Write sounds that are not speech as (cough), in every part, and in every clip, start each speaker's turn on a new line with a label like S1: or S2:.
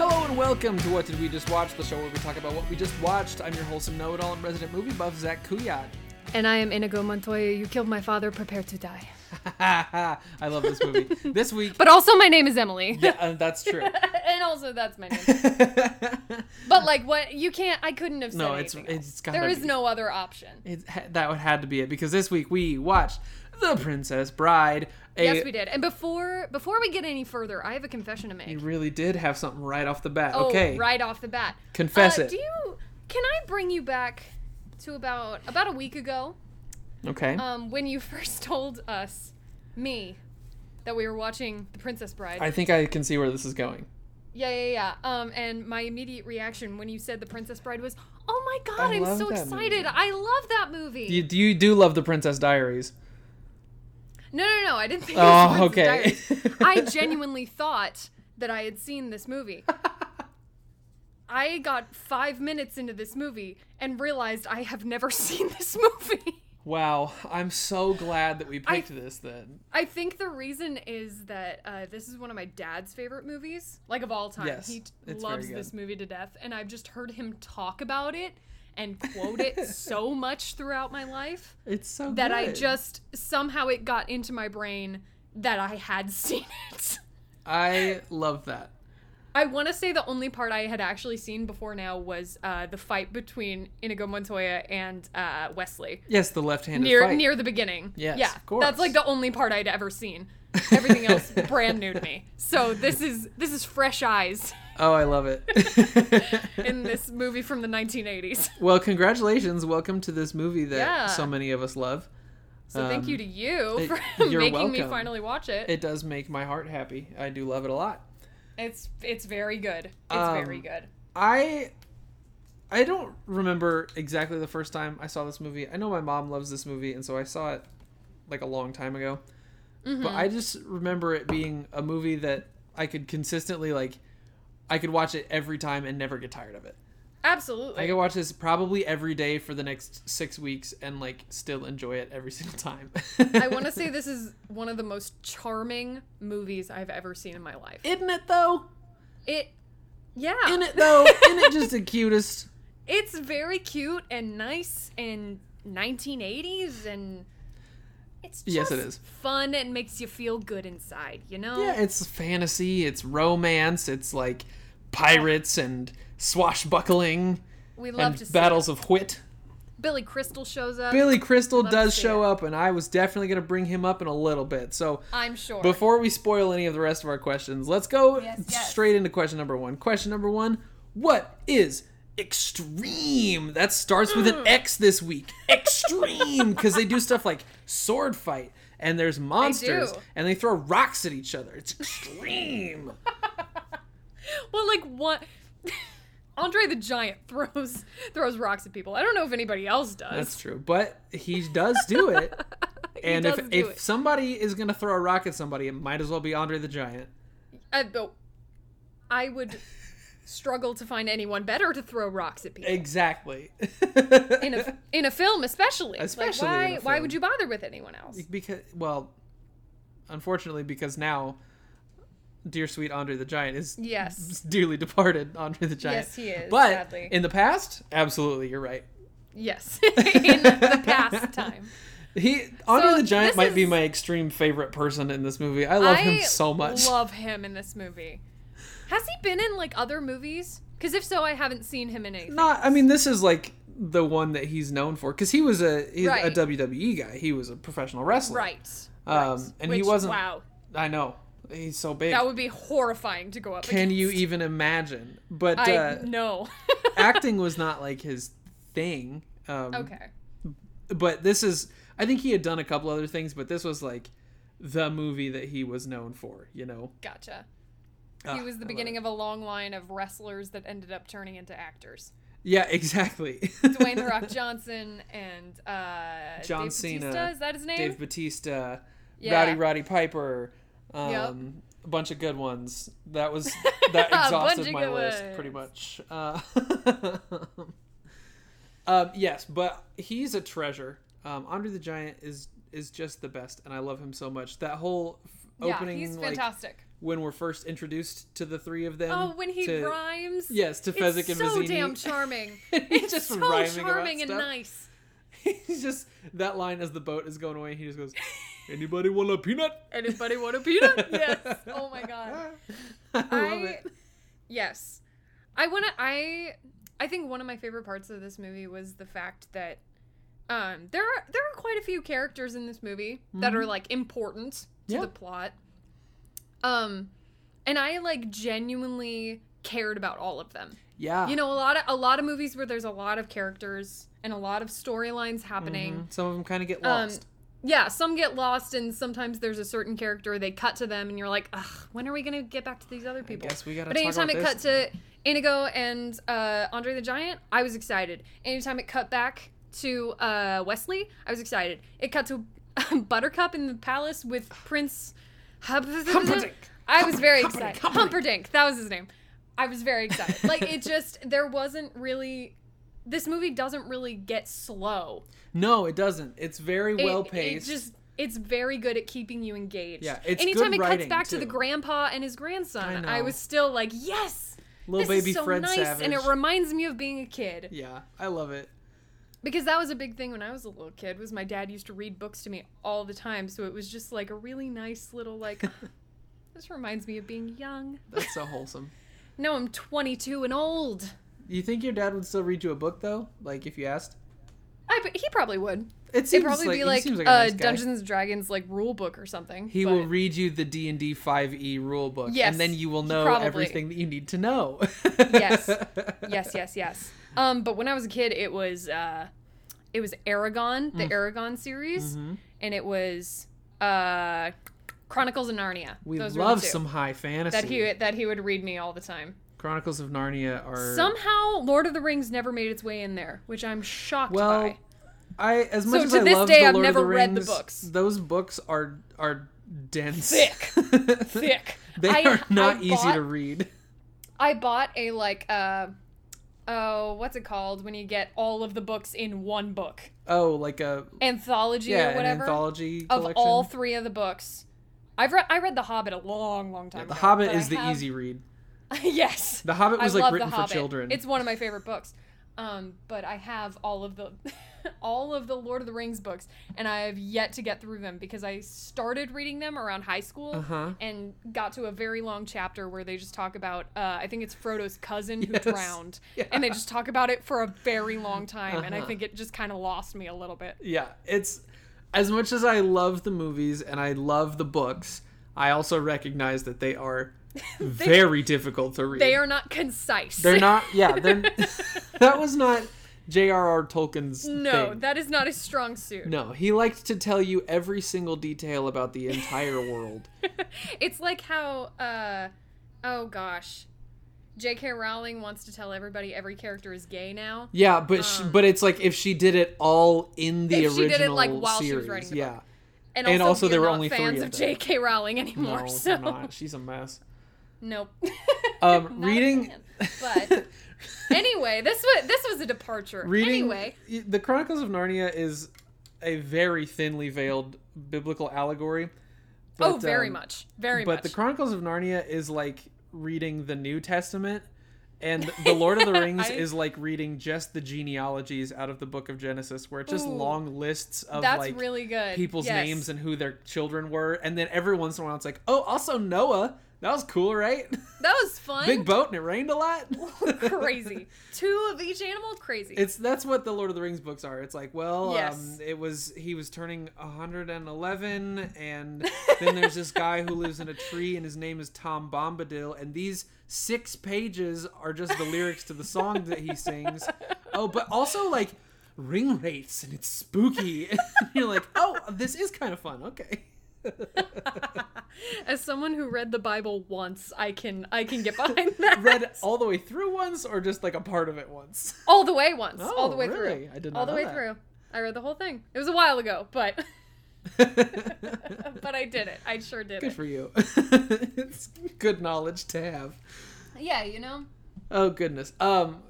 S1: and welcome to What Did We Just Watch, the show where we talk about what we just watched. I'm your wholesome know-it-all and resident movie buff, Zach Kuyat.
S2: And I am Inigo Montoya. You killed my father. Prepare to die.
S1: (laughs) I love this movie. this
S2: (laughs)
S1: week,
S2: But also, my name is Emily.
S1: yeah, uh, that's true.
S2: (laughs)
S1: (laughs)
S2: and also, that's my name. but like, what you can't. I couldn't have said
S1: no, it's
S2: anything else.
S1: it's gotta
S2: There is
S1: be.
S2: no other option.
S1: It, ha- that would had to be it because this week we watched The Princess Bride. A,
S2: yes, we did. And before before we get any further, I have a confession to
S1: You
S2: make.
S1: really did have something right off the bat.
S2: Oh,
S1: okay,
S2: right off the bat.
S1: Confess
S2: Uh,
S1: it.
S2: Do you? Can I bring you back to about about a week ago?
S1: okay.
S2: Um, when you (laughs) first told us, me, that we were watching The Princess Bride.
S1: I think I can see where this is going.
S2: Yeah, yeah, yeah. Um, and my immediate reaction when you said The Princess Bride was, "Oh my god,
S1: I
S2: I'm
S1: love
S2: so
S1: that
S2: excited!
S1: movie.
S2: I love that movie."
S1: You you do love The Princess Diaries.
S2: No, no, no. I didn't think.
S1: Oh,
S2: it was The
S1: okay.
S2: Princess Diaries.
S1: (laughs)
S2: I genuinely thought that I had seen this movie. I got five minutes into this movie and realized I have never (laughs) seen this movie.
S1: Wow, I'm so glad that we
S2: I-
S1: picked this then.
S2: I think the reason is that uh, this is one of my dad's favorite movies, like of all time.
S1: Yes,
S2: he
S1: it's very
S2: loves
S1: good.
S2: this movie to death, and I've just heard him talk about it and
S1: (laughs)
S2: quote it so much throughout my life
S1: It's so
S2: that I
S1: good.
S2: just somehow it got into my brain that I had (laughs) seen it.
S1: I love that.
S2: I want to say the only part I had actually seen before now was uh, the fight between Inigo Montoya and uh, Wesley
S1: Yes, the left-handed
S2: near
S1: fight.
S2: near the beginning.
S1: Yes,
S2: yeah,
S1: of course.
S2: that's like the only part I'd ever seen. Everything else
S1: (laughs)
S2: brand new to me. So this is this is fresh eyes
S1: Oh, I love it.
S2: (laughs) in this movie from the 1980s.
S1: well, congratulations. Welcome to this movie that
S2: Yeah.
S1: so many of us love.
S2: So thank you
S1: Um,
S2: to you
S1: it-
S2: for
S1: (laughs) you're
S2: making me
S1: welcome.
S2: finally watch it.
S1: It does make my heart happy. I do love it a lot.
S2: It's it's very good. It's
S1: Um,
S2: very good.
S1: I I don't remember exactly the first time I saw this movie. I know my mom loves this movie, and so I saw it like a long time ago.
S2: Mm-hmm.
S1: But I just remember it being a movie that I could consistently like. I could watch it every time and never get tired of it. I
S2: Absolutely.
S1: could watch this probably every day for the next six weeks and like still enjoy it every (laughs) single time.
S2: I want to say this is one of the most charming movies I've ever seen in my life.
S1: (laughs) Isn't it though?
S2: It, yeah,
S1: Isn't it though? Isn't it just
S2: (laughs)
S1: the cutest?
S2: it's very cute and nice and 1980s and it's just
S1: Yes, it is.
S2: fun and makes you feel good inside, you know?
S1: Yeah, it's fantasy, it's romance, it's like pirates and swashbuckling
S2: we love to
S1: and
S2: see
S1: battles of wit.
S2: it. Billy Crystal shows up.
S1: Billy Crystal
S2: love to
S1: does
S2: see
S1: show
S2: it.
S1: up, and I was definitely going to bring him up in a little bit. So
S2: I'm sure.
S1: Before we spoil any of the rest of our questions, let's go
S2: Yes, yes.
S1: straight into question number one. Question number one What is extreme? That starts with
S2: Hmm.
S1: an X this week. Extreme! Because they do stuff like sword fight, and there's monsters,
S2: do.
S1: and they throw rocks at each other. It's
S2: (laughs)
S1: extreme!
S2: well, like what? (laughs) Andre the Giant throws (laughs) throws rocks at people. I don't know if anybody else does.
S1: That's true. But he does do
S2: (laughs)
S1: it. And if,
S2: does do
S1: if
S2: it.
S1: somebody is going to throw a rock at somebody, it might as well be Andre the Giant.
S2: I, Uh, but I would struggle to find anyone better to throw rocks at people.
S1: (laughs) Exactly.
S2: in a in a film especially.
S1: Especially
S2: like, why
S1: in a
S2: why
S1: film.
S2: would you bother with anyone else?
S1: because well unfortunately because now dear sweet andre the giant is
S2: Yes.
S1: (laughs) dearly departed andre the giant
S2: Yes, he is,
S1: but
S2: sadly.
S1: in the past absolutely you're right
S2: Yes. (laughs) in the past time.
S1: he andre
S2: So
S1: the giant
S2: this
S1: might be
S2: is-
S1: my extreme favorite person in this movie i (laughs) love him so much
S2: Love him in this movie. Has he been in like other movies? Because if so, I haven't seen him in anything.
S1: not i mean this is like the one that he's known for because he was a he's a
S2: Right.
S1: wwe guy he was a professional wrestler
S2: Right.
S1: um and he
S2: Which,
S1: wasn't
S2: Wow,
S1: i know he's so big
S2: that would be horrifying to go up.
S1: can
S2: against.
S1: you even imagine but
S2: I
S1: uh,
S2: no. (laughs)
S1: acting was not like his thing. Um,
S2: okay.
S1: But this is, I think he had done a couple other things, but this was like the movie that he was known for, you know?
S2: Gotcha.
S1: Ah,
S2: He was
S1: I
S2: the
S1: love
S2: beginning
S1: it.
S2: of a long line of wrestlers that ended up turning into actors.
S1: Yeah, (laughs) exactly.
S2: Dwayne the Rock Johnson and uh,
S1: John
S2: Dave
S1: Cena,
S2: Bautista, is that his name?
S1: Dave Batista,
S2: Yeah.
S1: Rowdy Roddy Piper, um,
S2: Yep.
S1: a bunch of good ones. That
S2: (laughs)
S1: was, that
S2: A bunch
S1: exhausted
S2: of
S1: my
S2: good
S1: list pretty much. Uh, (laughs) um, yes, but he's a treasure. Um, Andre the Giant is is just the best, and I love him so much. That whole f-
S2: yeah,
S1: opening,
S2: he's
S1: like,
S2: fantastic.
S1: when we're first introduced to the three of them.
S2: Oh, when he
S1: to-
S2: rhymes.
S1: Yes, to Fezzik
S2: it's
S1: and
S2: so
S1: Mazzini. (laughs)
S2: damn charming.
S1: He's
S2: it's
S1: just
S2: so
S1: rhyming about
S2: charming and
S1: stuff.
S2: nice.
S1: (laughs) He's just that line as the boat is going away. He just goes, "Anybody want a peanut?"
S2: Anybody want a peanut? (laughs) yes.
S1: (laughs)
S2: Oh my god.
S1: I love
S2: I
S1: it.
S2: Yes. I want to I I think one of my favorite parts of this movie was the fact that um there are there are quite a few characters in this movie that are like important to
S1: Mm-hmm. Yeah.
S2: the plot. Um and I like genuinely cared about all of them.
S1: Yeah,
S2: You know, a lot of a lot of movies where there's a lot of characters and a lot of storylines happening.
S1: Mhm. some of them kind of get
S2: Um,
S1: lost.
S2: yeah, some get lost, and sometimes there's a certain character they cut to them, and you're like, Ugh, when are we gonna get back to these other people?
S1: guess we gotta
S2: But
S1: talk
S2: anytime
S1: about
S2: it
S1: this.
S2: cut to Inigo and uh, Andre the Giant, I was excited. Anytime it cut back to uh, Wesley, I was excited. It cut to (laughs) Buttercup in the palace with Prince
S1: Humperdinck.
S2: (laughs) I was very
S1: Humperdinck, Humperdinck.
S2: excited. Humperdinck, that was his name. I was very excited. like it just there wasn't really. This movie doesn't really get slow
S1: no, it doesn't. It's very
S2: it-
S1: well
S2: It
S1: paced.
S2: just it's very good at keeping you engaged.
S1: Yeah, it's
S2: anytime
S1: good
S2: it cuts
S1: writing,
S2: back to the
S1: too.
S2: grandpa and his grandson,
S1: I
S2: I,
S1: know.
S2: was still like, yes,
S1: Little
S2: this
S1: baby
S2: is so
S1: Fred
S2: nice,
S1: Savage.
S2: and it reminds me of being a kid
S1: yeah, I love it. (laughs)
S2: because that was a big thing when I was a little kid. Was my dad used to read books to me all the time, so it was just like a really nice
S1: (laughs)
S2: little like. this reminds me of being young.
S1: That's
S2: (laughs)
S1: so wholesome.
S2: Now I'm 22 and old.
S1: You think your dad would still read you a book though? Like if you asked,
S2: I bet- he probably would.
S1: it
S2: It'd
S1: seems
S2: probably
S1: like,
S2: be
S1: he
S2: like,
S1: seems like a
S2: uh,
S1: nice guy.
S2: Dungeons and Dragons like rule book or something.
S1: He
S2: but-
S1: will read (laughs) you the D and D five E rule book,
S2: Yes,
S1: and then you will know
S2: probably.
S1: everything that you need to know. (laughs)
S2: Yes. yes, yes, yes. Um, but when I was a kid, it was uh, it was Aragon,
S1: Mm.
S2: the Aragon series,
S1: Mm-hmm.
S2: and it was uh, Chronicles of Narnia.
S1: We
S2: Those were the
S1: love
S2: two
S1: some high fantasy.
S2: that he that he would read me all the time.
S1: Chronicles of Narnia are
S2: Somehow, Lord of the Rings never made its way in there, which I'm shocked
S1: well.
S2: by.
S1: I as much
S2: So
S1: as
S2: to
S1: I
S2: this
S1: love
S2: day,
S1: the
S2: I've
S1: Lord of
S2: never
S1: the
S2: read the
S1: Rings,
S2: books.
S1: Those books are are dense, (laughs)
S2: Thick. Thick.
S1: they
S2: I-
S1: are not
S2: I
S1: easy
S2: bought-
S1: to read.
S2: I bought a like uh, oh, what's it called when you get all of the books in one book
S1: Oh, like a
S2: anthology
S1: yeah,
S2: or
S1: an
S2: whatever.
S1: anthology
S2: of
S1: collection.
S2: all three of the books. I've read I read The Hobbit a long, long time
S1: the
S2: ago.
S1: Hobbit
S2: but I
S1: is the
S2: have-
S1: easy read.
S2: (laughs) yes.
S1: The Hobbit
S2: I
S1: was
S2: love
S1: like
S2: The
S1: written for
S2: Hobbit.
S1: children.
S2: It's one of my favorite books. Um, but I have all of the (laughs) all of the Lord of the Rings books and I have yet to get through them because I started reading them around high school
S1: Uh-huh.
S2: and got to a very long chapter where they just talk about uh, I think it's Frodo's cousin who
S1: Yes.
S2: drowned
S1: (laughs) Yeah.
S2: and they just talk about it for a very long time and I
S1: Uh-huh.
S2: think it just kind of lost me a little bit.
S1: Yeah, it's as much as I love the movies and I love the books, I also recognize that they
S2: (laughs)
S1: are very difficult to read.
S2: They are not concise.
S1: They're not. Yeah, they're, (laughs) that was not J.R.R. Tolkien's
S2: (laughs) No,
S1: thing.
S2: that is not his strong suit.
S1: no, he liked to tell you every single detail about the
S2: (laughs)
S1: entire world.
S2: It's like how, uh, oh gosh, J.K. Rowling wants to tell everybody every character is gay now.
S1: Yeah, but sh but it's like if she did it all in the
S2: Um, If she
S1: original
S2: did it, like, while she was
S1: series.
S2: writing the
S1: yeah,
S2: And also,
S1: And also
S2: we
S1: there
S2: are
S1: were
S2: not
S1: only three
S2: fans
S1: of
S2: of
S1: them.
S2: J.K. Rowling anymore. (laughs)
S1: no,
S2: so
S1: they're not. She's a mess.
S2: nope. (laughs)
S1: Um,
S2: Not a
S1: reading.
S2: fan.
S1: (laughs)
S2: but anyway, this was this was a departure.
S1: reading
S2: anyway,
S1: y- the chronicles of narnia is a very thinly veiled biblical allegory
S2: oh,
S1: but,
S2: very
S1: um,
S2: much, very
S1: but
S2: much.
S1: the chronicles of narnia is like reading the new testament and the lord
S2: (laughs)
S1: of the rings
S2: I-
S1: is like reading just the genealogies out of the book of genesis where it's just
S2: Ooh.
S1: long lists of
S2: That's
S1: like
S2: really good.
S1: people's
S2: Yes.
S1: names and who their children were and then every once in a while it's like oh also noah that was cool right (laughs)
S2: that was fun.
S1: big (laughs) boat and it rained a lot
S2: (laughs) crazy. Two of each animal, crazy.
S1: It's that's what the Lord of the Rings books are. It's like, well,
S2: Yes.
S1: um, it was he was turning 111,
S2: (laughs)
S1: and then there's this guy who lives in a tree, and his name is Tom Bombadil, and these six pages are just the lyrics to the song that he sings. Oh, but also like ring rates, and it's spooky. (laughs) And you're like, oh, this is kind of fun.
S2: (laughs)
S1: Okay.
S2: (laughs) As someone who read the Bible once, I can I can get behind that.
S1: (laughs) Read all the way through once, or just like a part of it once.
S2: all the way once, all
S1: Oh,
S2: the way
S1: really?
S2: through.
S1: I did
S2: all
S1: not
S2: the
S1: know
S2: way
S1: that. (laughs)
S2: through. (laughs) I read the whole thing. It was a while ago, but (laughs) but I did it. I sure did
S1: good
S2: it.
S1: for you. (laughs) it's good knowledge to have.
S2: Yeah, you know.
S1: Oh goodness. Um,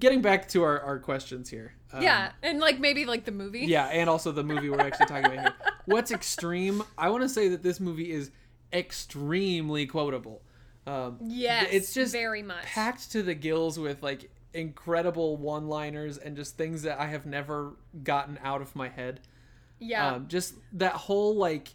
S1: getting back to our, our questions here. Um,
S2: yeah, and like maybe like the movie. (laughs)
S1: Yeah, and also the movie we're actually talking about here. What's extreme? I want to say that this movie is extremely quotable. Um,
S2: Yes,
S1: it's just
S2: very much.
S1: packed to the gills with like incredible one-liners and just things that I have never gotten out of my head.
S2: yeah,
S1: Um, just that whole like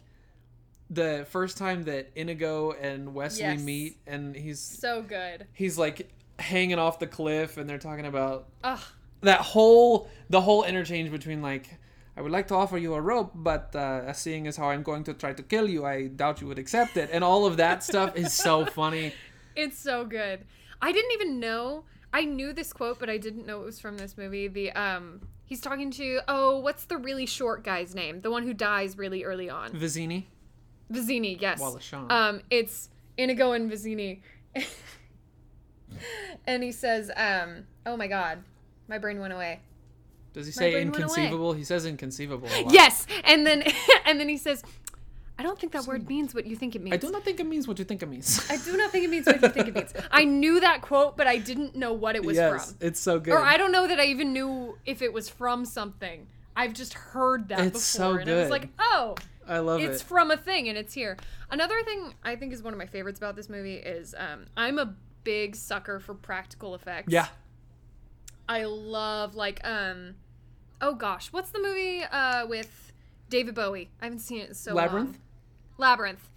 S1: the first time that Inigo and Wesley
S2: Yes.
S1: meet and he's
S2: so good.
S1: he's like hanging off the cliff and they're talking about
S2: Ugh,
S1: that whole the whole interchange between like I would like to offer you a rope, but uh, seeing as how I'm going to try to kill you, I doubt you would accept it. And all of
S2: (laughs)
S1: that stuff is so funny.
S2: it's so good. I didn't even know. I knew this quote, but I didn't know it was from this movie. The um, he's talking to oh, what's the really short guy's name? The one who dies really early on.
S1: Vizzini,
S2: Vizzini, yes.
S1: Wallace Shawn.
S2: Um, it's Inigo and Vizzini. (laughs) and he says, um, oh my god, my brain went away.
S1: Does he
S2: brain
S1: say
S2: went away.
S1: inconceivable? He says inconceivable. a lot.
S2: Yes! And then (laughs) and then he says, I don't think that word means what you think it means.
S1: I do not think it means what you think it means.
S2: I do not think it means what you think
S1: (laughs)
S2: it means. I knew that quote, but I didn't know what it was
S1: yes,
S2: from.
S1: it's so good.
S2: Or I don't know that I even knew if it was from something. I've just heard that
S1: It's
S2: before.
S1: so
S2: and I was
S1: good.
S2: like, oh,
S1: I love
S2: it's
S1: it.
S2: from a thing and it's here. Another thing I think is one of my favorites about this movie is um, I'm a big sucker for practical effects.
S1: Yeah,
S2: I love like um oh gosh, what's the movie uh with David Bowie? I haven't seen it in so
S1: Labyrinth? Mm-hmm.
S2: long. Labyrinth.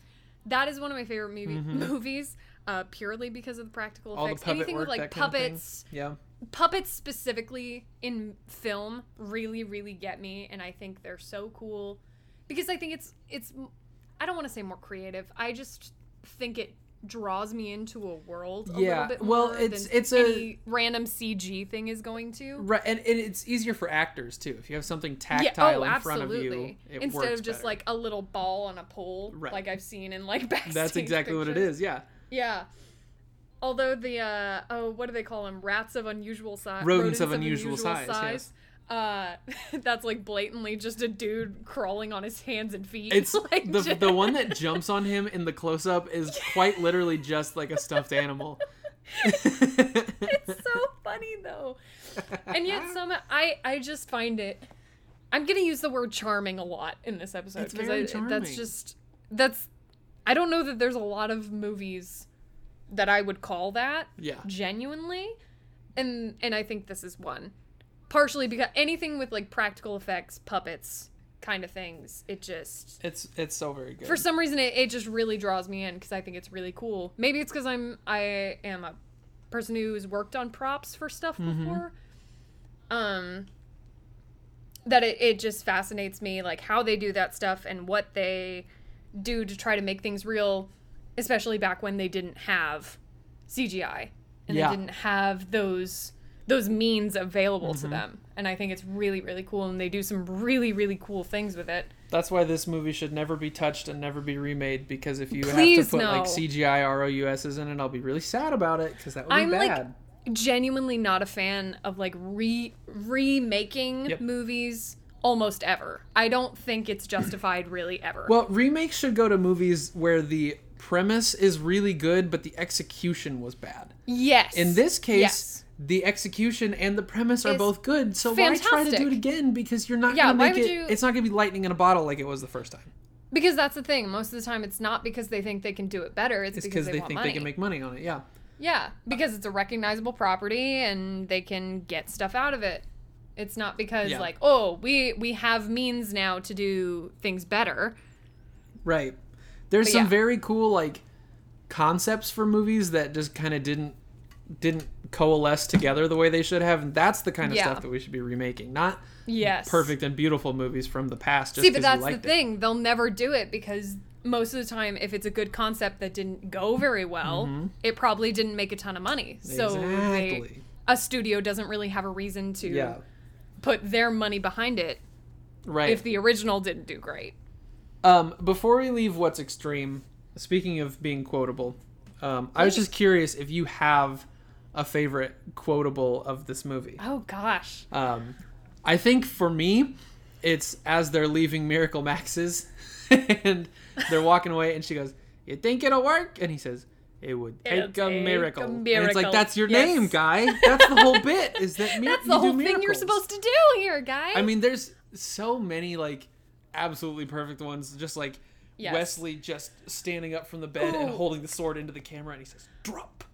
S2: That is one of my favorite movie movies. Uh, purely because of the practical
S1: all the
S2: effects.
S1: puppet
S2: Anything
S1: work,
S2: with like
S1: that kind of thing.
S2: puppets,
S1: yeah,
S2: puppets specifically in film really really get me and i think they're so cool because i think it's it's i don't want to say more creative i just think it draws me into a world a little
S1: Yeah,
S2: bit
S1: well,
S2: more
S1: it's-
S2: than
S1: it's a-
S2: any random cg thing is going to
S1: right. And, and it's easier for actors too. If you have something
S2: yeah
S1: tactile
S2: oh
S1: in front of you,
S2: absolutely
S1: it
S2: instead
S1: works
S2: of just
S1: better.
S2: like a little ball on a pole
S1: Right.
S2: like i've seen in like (laughs) backstage
S1: that's exactly what it
S2: pictures.
S1: is.
S2: (laughs)
S1: Yeah,
S2: yeah although the uh oh what do they call them rats of unusual size
S1: Rodents of unusual size,
S2: uh (laughs) that's like blatantly just a dude crawling on his hands and feet
S1: It's
S2: (laughs) like
S1: the,
S2: just-
S1: the one that jumps on him in the close up
S2: (laughs)
S1: is quite literally just like a stuffed animal.
S2: it's (laughs) so funny though and
S1: (laughs)
S2: yet some i i just find it i'm gonna use the word charming a lot in this episode
S1: It's very
S2: I- that's
S1: charming.
S2: just that's i don't know that there's a lot of movies that i would call that
S1: yeah.
S2: genuinely and and i think this is one partially because anything with like practical effects puppets kind of things it just
S1: It's it's so very good.
S2: for some reason it, it just really draws me in because i think it's really cool maybe it's because i'm i am a person who's worked on props for stuff
S1: Mm-hmm.
S2: before um that it, it just fascinates me like how they do that stuff and what they do to try to make things real especially back when they didn't have cgi and
S1: Yeah.
S2: they didn't have those those means available
S1: Mm-hmm.
S2: to them and i think it's really really cool and they do some really really cool things with it
S1: That's why this movie should never be touched and never be remade because if you have
S2: Please,
S1: to put like
S2: no.
S1: CGI ROUSs in it, I'll be really sad about it because that would be
S2: I'm, like,
S1: bad.
S2: genuinely not a fan of like re remaking
S1: Yep.
S2: movies almost ever. I don't think it's justified really ever.
S1: well, remakes should go to movies where the premise is really good but the execution was bad.
S2: yes.
S1: In this case,
S2: Yes.
S1: the execution and the premise are
S2: It's
S1: both good, so why try to do
S2: fantastic.
S1: it again? Because you're not
S2: Yeah,
S1: gonna
S2: why
S1: make
S2: would
S1: it.
S2: you-
S1: It's not gonna be lightning in a bottle like it was the first time.
S2: because that's the thing. Most of the time, it's not because they think they can do it better. It's,
S1: It's because
S2: because they,
S1: they
S2: want
S1: think
S2: money.
S1: they can make money on it. Yeah.
S2: Yeah, because it's a recognizable property and they can get stuff out of it. It's not because
S1: Yeah.
S2: like, oh, we we have means now to do things better.
S1: Right. There's some
S2: yeah.
S1: very cool like concepts for movies that just kind of didn't didn't coalesce together the way they should have, and that's the kind of
S2: Yeah.
S1: stuff that we should be remaking, not
S2: Yes.
S1: perfect and beautiful movies from the past. Just
S2: See, but
S1: 'cause
S2: that's
S1: you
S2: the
S1: liked It.
S2: thing. They'll never do it because most of the time, if it's a good concept that didn't go very well, it probably didn't make a ton of money. So they-
S1: Mm-hmm. Exactly.
S2: a studio doesn't really have a reason to
S1: Yeah.
S2: put their money behind it
S1: Right.
S2: if the original didn't do great.
S1: Um, before we leave what's extreme, speaking of being quotable, um, I was just curious if you have a favorite quotable of this movie.
S2: Oh gosh,
S1: Um, I think for me, it's as they're leaving Miracle Max's (laughs) and they're walking away, and she goes, You think it'll work? And he says, It would take,
S2: It'll
S1: a,
S2: take a
S1: miracle. And it's
S2: miracle.
S1: like, That's your
S2: Yes.
S1: name,
S2: (laughs)
S1: guy. That's the whole bit, is that mir-
S2: that's
S1: you
S2: the
S1: do
S2: whole thing you're
S1: miracles."
S2: supposed to do here, guys.
S1: I mean, there's so many like absolutely perfect ones. Just like
S2: Yes.
S1: Wesley just standing up from the bed and
S2: Ooh.
S1: holding the sword into the camera, and he says, "Drop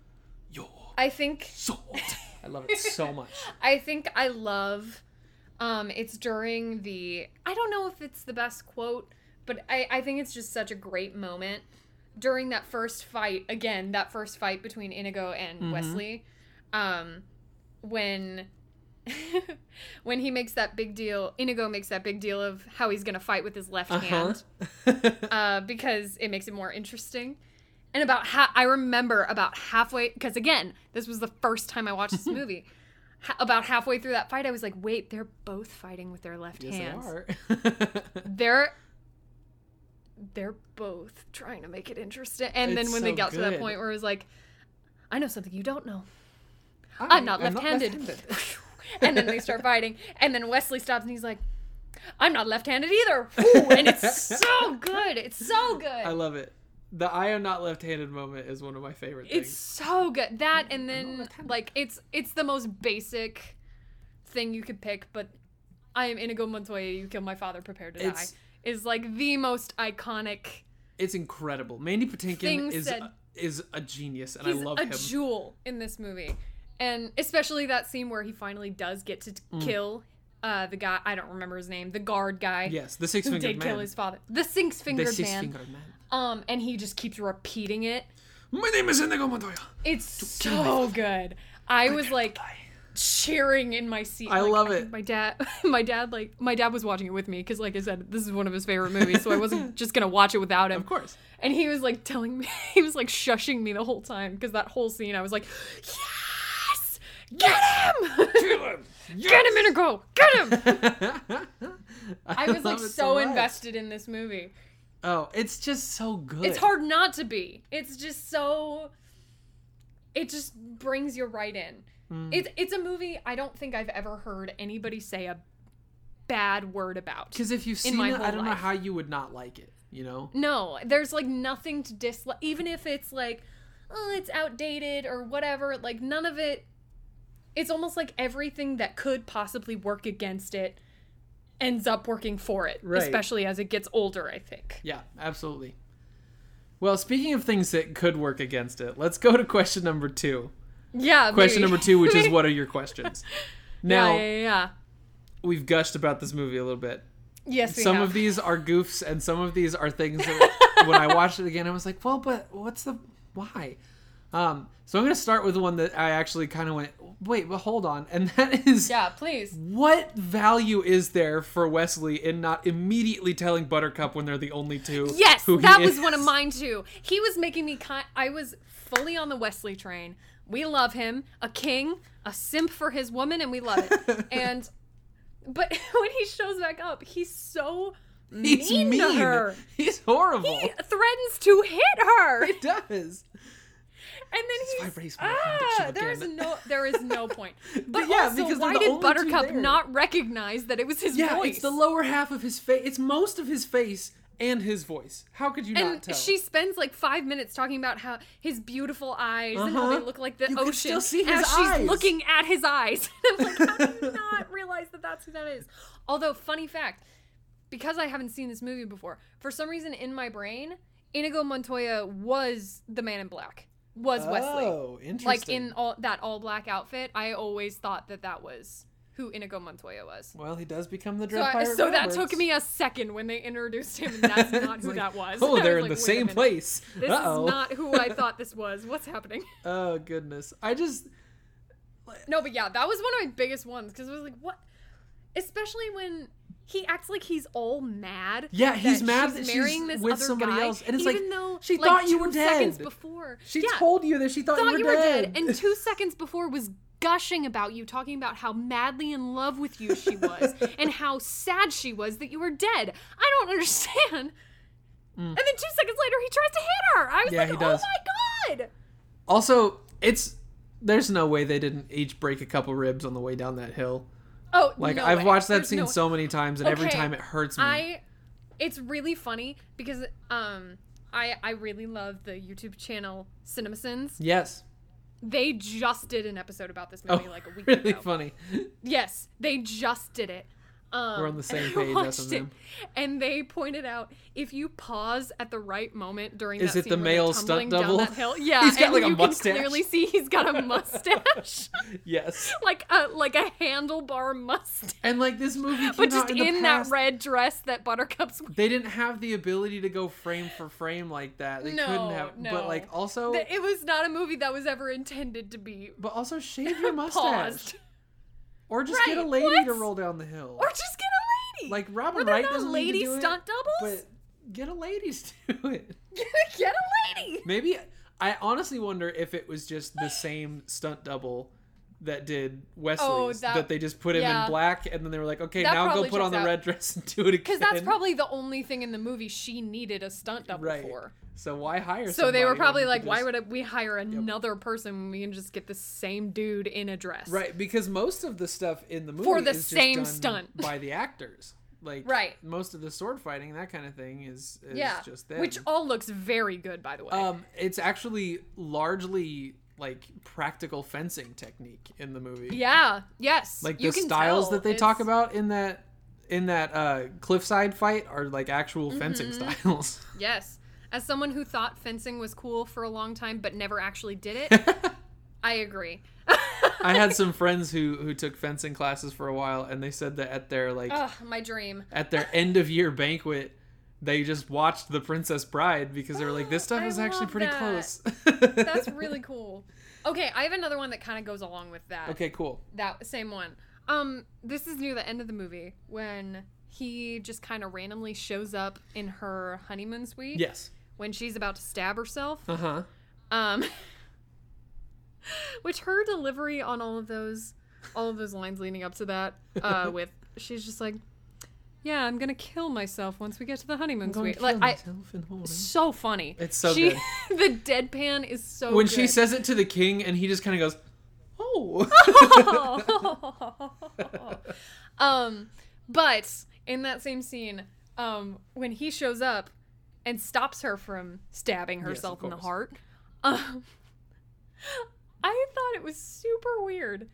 S1: your
S2: I think
S1: sword." I love it
S2: (laughs)
S1: so much.
S2: I think I love um it's during the I don't know if it's the best quote, but I, I think it's just such a great moment during that first fight, again, that first fight between Inigo and
S1: Mhm.
S2: Wesley. Um when (laughs) when he makes that big deal, Inigo makes that big deal of how he's gonna fight with his left
S1: Uh-huh.
S2: hand uh, because it makes it more interesting. And about ha- I remember about halfway because again, this was the first time I
S1: (laughs)
S2: watched this movie. Ha- about halfway through that fight, I was like, "Wait, they're both fighting with their
S1: (laughs)
S2: left
S1: yes,
S2: hands.
S1: they are.
S2: They're they're both trying to make it interesting." And then
S1: It's
S2: when they
S1: so
S2: got to that
S1: good.
S2: point where it was like, "I know something you don't know.
S1: I-
S2: (laughs) I'm not left-handed." (laughs)
S1: left-handed.
S2: and then they start fighting, and then Wesley stops and he's like, "I'm not left-handed either." (laughs) Woo, and it's
S1: (laughs)
S2: so good. It's so good.
S1: I love it. The "I am not left-handed" moment is one of my favorite
S2: It's
S1: things.
S2: so good. That and
S1: I love
S2: then
S1: that kind of-
S2: like it's it's the most basic thing you could pick, but I am Inigo Montoya, you killed my father, prepare to
S1: It's-
S2: die. Is like the most iconic
S1: It's incredible. Mandy Patinkin
S2: Things
S1: is
S2: said-
S1: is a genius, and
S2: he's
S1: I love
S2: a
S1: him.
S2: jewel in this movie. And especially that scene where he finally does get to t-
S1: Mm.
S2: kill uh the guy I don't remember his name, the guard guy
S1: yes, the
S2: who
S1: six-fingered
S2: did
S1: man.
S2: kill his father. The six
S1: the
S2: fingered man.
S1: six-fingered man.
S2: Um and he just keeps repeating it.
S1: My name is Inigo Montoya.
S2: It's
S1: kill my
S2: so good. I was like cheering in my seat.
S1: I
S2: Like,
S1: love
S2: think
S1: it.
S2: My dad, (laughs) my dad, like my dad was watching it with me because, like I said, this is one of his favorite movies, so I
S1: (laughs)
S2: wasn't just gonna watch it without him.
S1: Of course.
S2: And he was like telling me, (laughs) he was like shushing me the whole time because that whole scene, I was like, yes, get him, (laughs)
S1: Kill him.
S2: get him, Inigo, get
S1: (laughs)
S2: him. I was
S1: love
S2: like
S1: it
S2: so,
S1: much.
S2: invested in this movie.
S1: Oh, it's just so good.
S2: It's hard not to be. It's just so. It just brings you right in.
S1: Mm.
S2: It's it's a movie I don't think I've ever heard anybody say a bad word about.
S1: because if you've seen
S2: my
S1: it, I
S2: whole
S1: don't know
S2: life.
S1: how you would not like it. You know.
S2: No, there's like nothing to dislike. Even if it's like, oh, it's outdated or whatever. Like none of it. It's almost like everything that could possibly work against it ends up working for it,
S1: Right.
S2: especially as it gets older. I think.
S1: Yeah, absolutely. Well, speaking of things that could work against it, let's go to question number two.
S2: (laughs) Yeah.
S1: Question
S2: maybe.
S1: number two, which is what are your questions? Now,
S2: Yeah, yeah, yeah, yeah.
S1: we've gushed about this movie a little bit.
S2: Yes, we
S1: some
S2: have.
S1: of these are goofs, and some of these are things
S2: (laughs)
S1: that when I watched it again, I was like, well, but what's the why? Um, so I'm going to start with one that I actually kind of went, wait, but hold on. And that (laughs) is
S2: Yeah, please.
S1: what value is there for Wesley in not immediately telling Buttercup when they're the only two?
S2: Yes,
S1: who he
S2: that was
S1: is?
S2: one of mine too. He was making me kind. I was fully on the Wesley train. We love him, a king, a simp for his woman, and we love it.
S1: (laughs)
S2: and but (laughs) when he shows back up, he's so
S1: (laughs) He's
S2: mean, to her.
S1: He's horrible.
S2: He threatens to hit
S1: (laughs)
S2: her, and
S1: It does.
S2: then
S1: why I
S2: he's
S1: raised my hand at you
S2: ah, there is
S1: again.
S2: no there
S1: (laughs)
S2: is no point. But
S1: yeah,
S2: also,
S1: because they're
S2: why
S1: the
S2: did
S1: only two
S2: Buttercup
S1: there.
S2: not recognize that it was his
S1: Yeah,
S2: voice?
S1: it's the lower half of his face. It's most of his face and his voice. How could you not tell? (laughs)
S2: and she spends like five minutes talking about how his beautiful eyes and how
S1: Uh-huh.
S2: they look like the
S1: You can
S2: ocean.
S1: still see
S2: and
S1: his
S2: how she's
S1: eyes.
S2: looking at his eyes. (laughs) And I'm like, how
S1: (laughs)
S2: do you not realize that that's who that is? Although, funny fact, because I haven't seen this movie before, for some reason in my brain, Inigo Montoya was the Man in Black, was Wesley,
S1: Oh, interesting.
S2: like in all that all black outfit. I always thought that that was who Inigo Montoya was.
S1: Well, he does become the
S2: So,
S1: Dread
S2: I,
S1: Pirate
S2: so that
S1: Roberts. (laughs)
S2: took me a second when they introduced him, and that's not
S1: It's
S2: who
S1: like,
S2: that was. (laughs) I
S1: Oh,
S2: was
S1: they're
S2: like,
S1: in the
S2: "Wait a
S1: same
S2: minute."
S1: place.
S2: This
S1: Uh-oh.
S2: is not who I
S1: (laughs)
S2: thought this was. What's happening? (laughs)
S1: oh goodness. I just
S2: No, but yeah, that was one of my biggest ones because I was like, what? Especially when he acts like he's all mad.
S1: Yeah, he's mad
S2: she's
S1: that she's
S2: marrying this
S1: with
S2: other
S1: somebody
S2: guy,
S1: else, and it's like,
S2: even though
S1: she
S2: like,
S1: thought you
S2: two
S1: were
S2: Seconds
S1: dead.
S2: before,
S1: she
S2: yeah,
S1: told you that she thought,
S2: thought
S1: you
S2: you
S1: were
S2: dead,
S1: dead.
S2: and two seconds before was gushing about you, talking about how madly in love with you she
S1: (laughs)
S2: was, and how sad she was that you were dead. I don't understand. And then two seconds later, he tries to hit her. I
S1: Mm.
S2: was
S1: Yeah,
S2: like,
S1: he
S2: oh
S1: does.
S2: my god.
S1: (laughs) also, it's there's no way they didn't each break a couple ribs on the way down that hill.
S2: Oh,
S1: Like
S2: no
S1: I've
S2: way.
S1: watched that
S2: There's
S1: scene
S2: no-
S1: so many times, and every
S2: Okay,
S1: time it hurts me.
S2: I, it's really funny because um, I I really love the YouTube channel CinemaSins.
S1: Yes.
S2: They just did an episode about this
S1: Oh, (laughs)
S2: movie like a week
S1: really
S2: ago.
S1: funny.
S2: Yes, they just did it. Um,
S1: We're on the same
S2: (laughs) and I
S1: page, us
S2: watched
S1: and
S2: it,
S1: them.
S2: And they pointed out if you pause at the right moment during
S1: Is
S2: that
S1: it the
S2: scene where they're
S1: male stunt
S2: tumbling down
S1: double?
S2: that hill,
S1: (laughs)
S2: yeah,
S1: He's got,
S2: and
S1: like, a
S2: you
S1: mustache.
S2: can clearly see he's got a mustache, (laughs)
S1: Yes.
S2: like a like a handlebar mustache,
S1: And like this movie came
S2: but just
S1: out in,
S2: in,
S1: the
S2: that
S1: past.
S2: red dress that Buttercup's
S1: they didn't have the ability to go frame for frame like that. They
S2: No,
S1: couldn't have.
S2: no.
S1: But like also,
S2: that it was not a movie that was ever intended to be
S1: but also shave
S2: (laughs)
S1: your mustache,
S2: paused.
S1: or just get a
S2: Right,
S1: lady to
S2: what?
S1: roll down the hill.
S2: Or just get a lady.
S1: like Robin
S2: were there
S1: Wright
S2: not
S1: doesn't
S2: lady
S1: need to do
S2: stunt
S1: it,
S2: doubles?
S1: but get a lady to (laughs) do it.
S2: (laughs) get a lady.
S1: Maybe I honestly wonder if it was just
S2: (laughs)
S1: the same stunt double that did Wesley's
S2: Oh, that-
S1: that, they just put him
S2: yeah.
S1: in black and then they were like, okay,
S2: That
S1: now go
S2: probably
S1: put on
S2: checks
S1: the
S2: out.
S1: red dress and do it again.
S2: Because that's probably the only thing in the movie she needed a stunt double
S1: Right.
S2: for.
S1: so why hire?
S2: So they were probably like, why
S1: would
S2: would we hire another person when we can just get the same dude in a dress?
S1: right because most of the stuff in the movie
S2: For the
S1: is just
S2: same
S1: done
S2: stunt. (laughs)
S1: by the actors. Like
S2: Right.
S1: most of the sword fighting that kind of thing is, is
S2: Yeah.
S1: just them.
S2: Which all looks very good, by the way.
S1: Um, it's actually largely like practical fencing technique in the movie.
S2: yeah. Yes.
S1: Like
S2: you
S1: the
S2: can
S1: styles
S2: tell
S1: that they talk
S2: it's-
S1: about in that in that uh, cliffside fight are like actual
S2: Mm-hmm,
S1: fencing styles. (laughs)
S2: Yes. As someone who thought fencing was cool for a long time but never actually did it, I agree.
S1: I had
S2: (laughs)
S1: some friends who who took fencing classes for a while, and they said that at their like
S2: Ugh, my dream.
S1: at their end of year banquet. They just watched The Princess Bride because they were like, "This stuff
S2: (gasps) I
S1: is actually
S2: love
S1: pretty
S2: that.
S1: close."
S2: That's really cool. Okay, I have another one that kind of goes along with
S1: (laughs)
S2: that.
S1: okay,
S2: (laughs)
S1: cool.
S2: That same one. Um, this is near the end of the movie when he just kind of randomly shows up in her honeymoon suite
S1: Yes.
S2: when she's about to stab herself.
S1: Uh huh.
S2: Um, (laughs) which her delivery on all of those, all of those lines leading up to that,
S1: (laughs)
S2: uh, with she's just like, "Yeah, I'm gonna kill myself once we get to the honeymoon suite." Like, I so funny.
S1: It's so
S2: she, (laughs) the deadpan is so.
S1: when
S2: good.
S1: she (laughs)
S2: (laughs)
S1: says it to the king and he just kind of goes oh (laughs)
S2: (laughs) Oh. um, but in that same scene, um, when he shows up and stops her from stabbing
S1: of
S2: herself in the
S1: course.
S2: heart, um, (laughs) I thought it was super weird.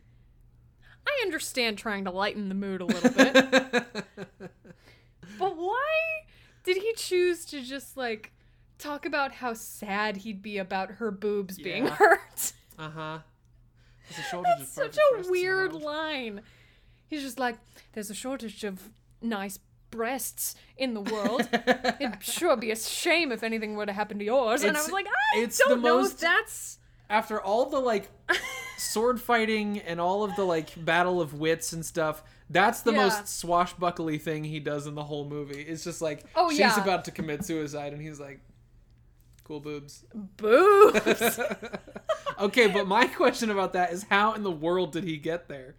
S2: I understand trying to lighten the mood a little
S1: (laughs)
S2: bit, (laughs) but why did he choose to just like talk about how sad he'd be about her boobs being
S1: Yeah.
S2: hurt?
S1: uh-huh There's a shortage
S2: That's
S1: of perfect
S2: such a
S1: breasts in the
S2: weird
S1: world.
S2: line. He's just like, there's a shortage of nice breasts in
S1: (laughs)
S2: the world. It'd sure be a shame if anything were to happen to yours. and I
S1: It's-
S2: was like, I
S1: it's
S2: don't
S1: the
S2: know if
S1: most-
S2: that's
S1: after all the like sword fighting and all of the like battle of wits and stuff that's the
S2: Yeah.
S1: most swashbuckly thing he does in the whole movie it's just like
S2: Oh,
S1: she's
S2: yeah.
S1: about to commit suicide and he's like cool boobs (laughs)
S2: boobs.
S1: okay but my question about that is how in the world did he get there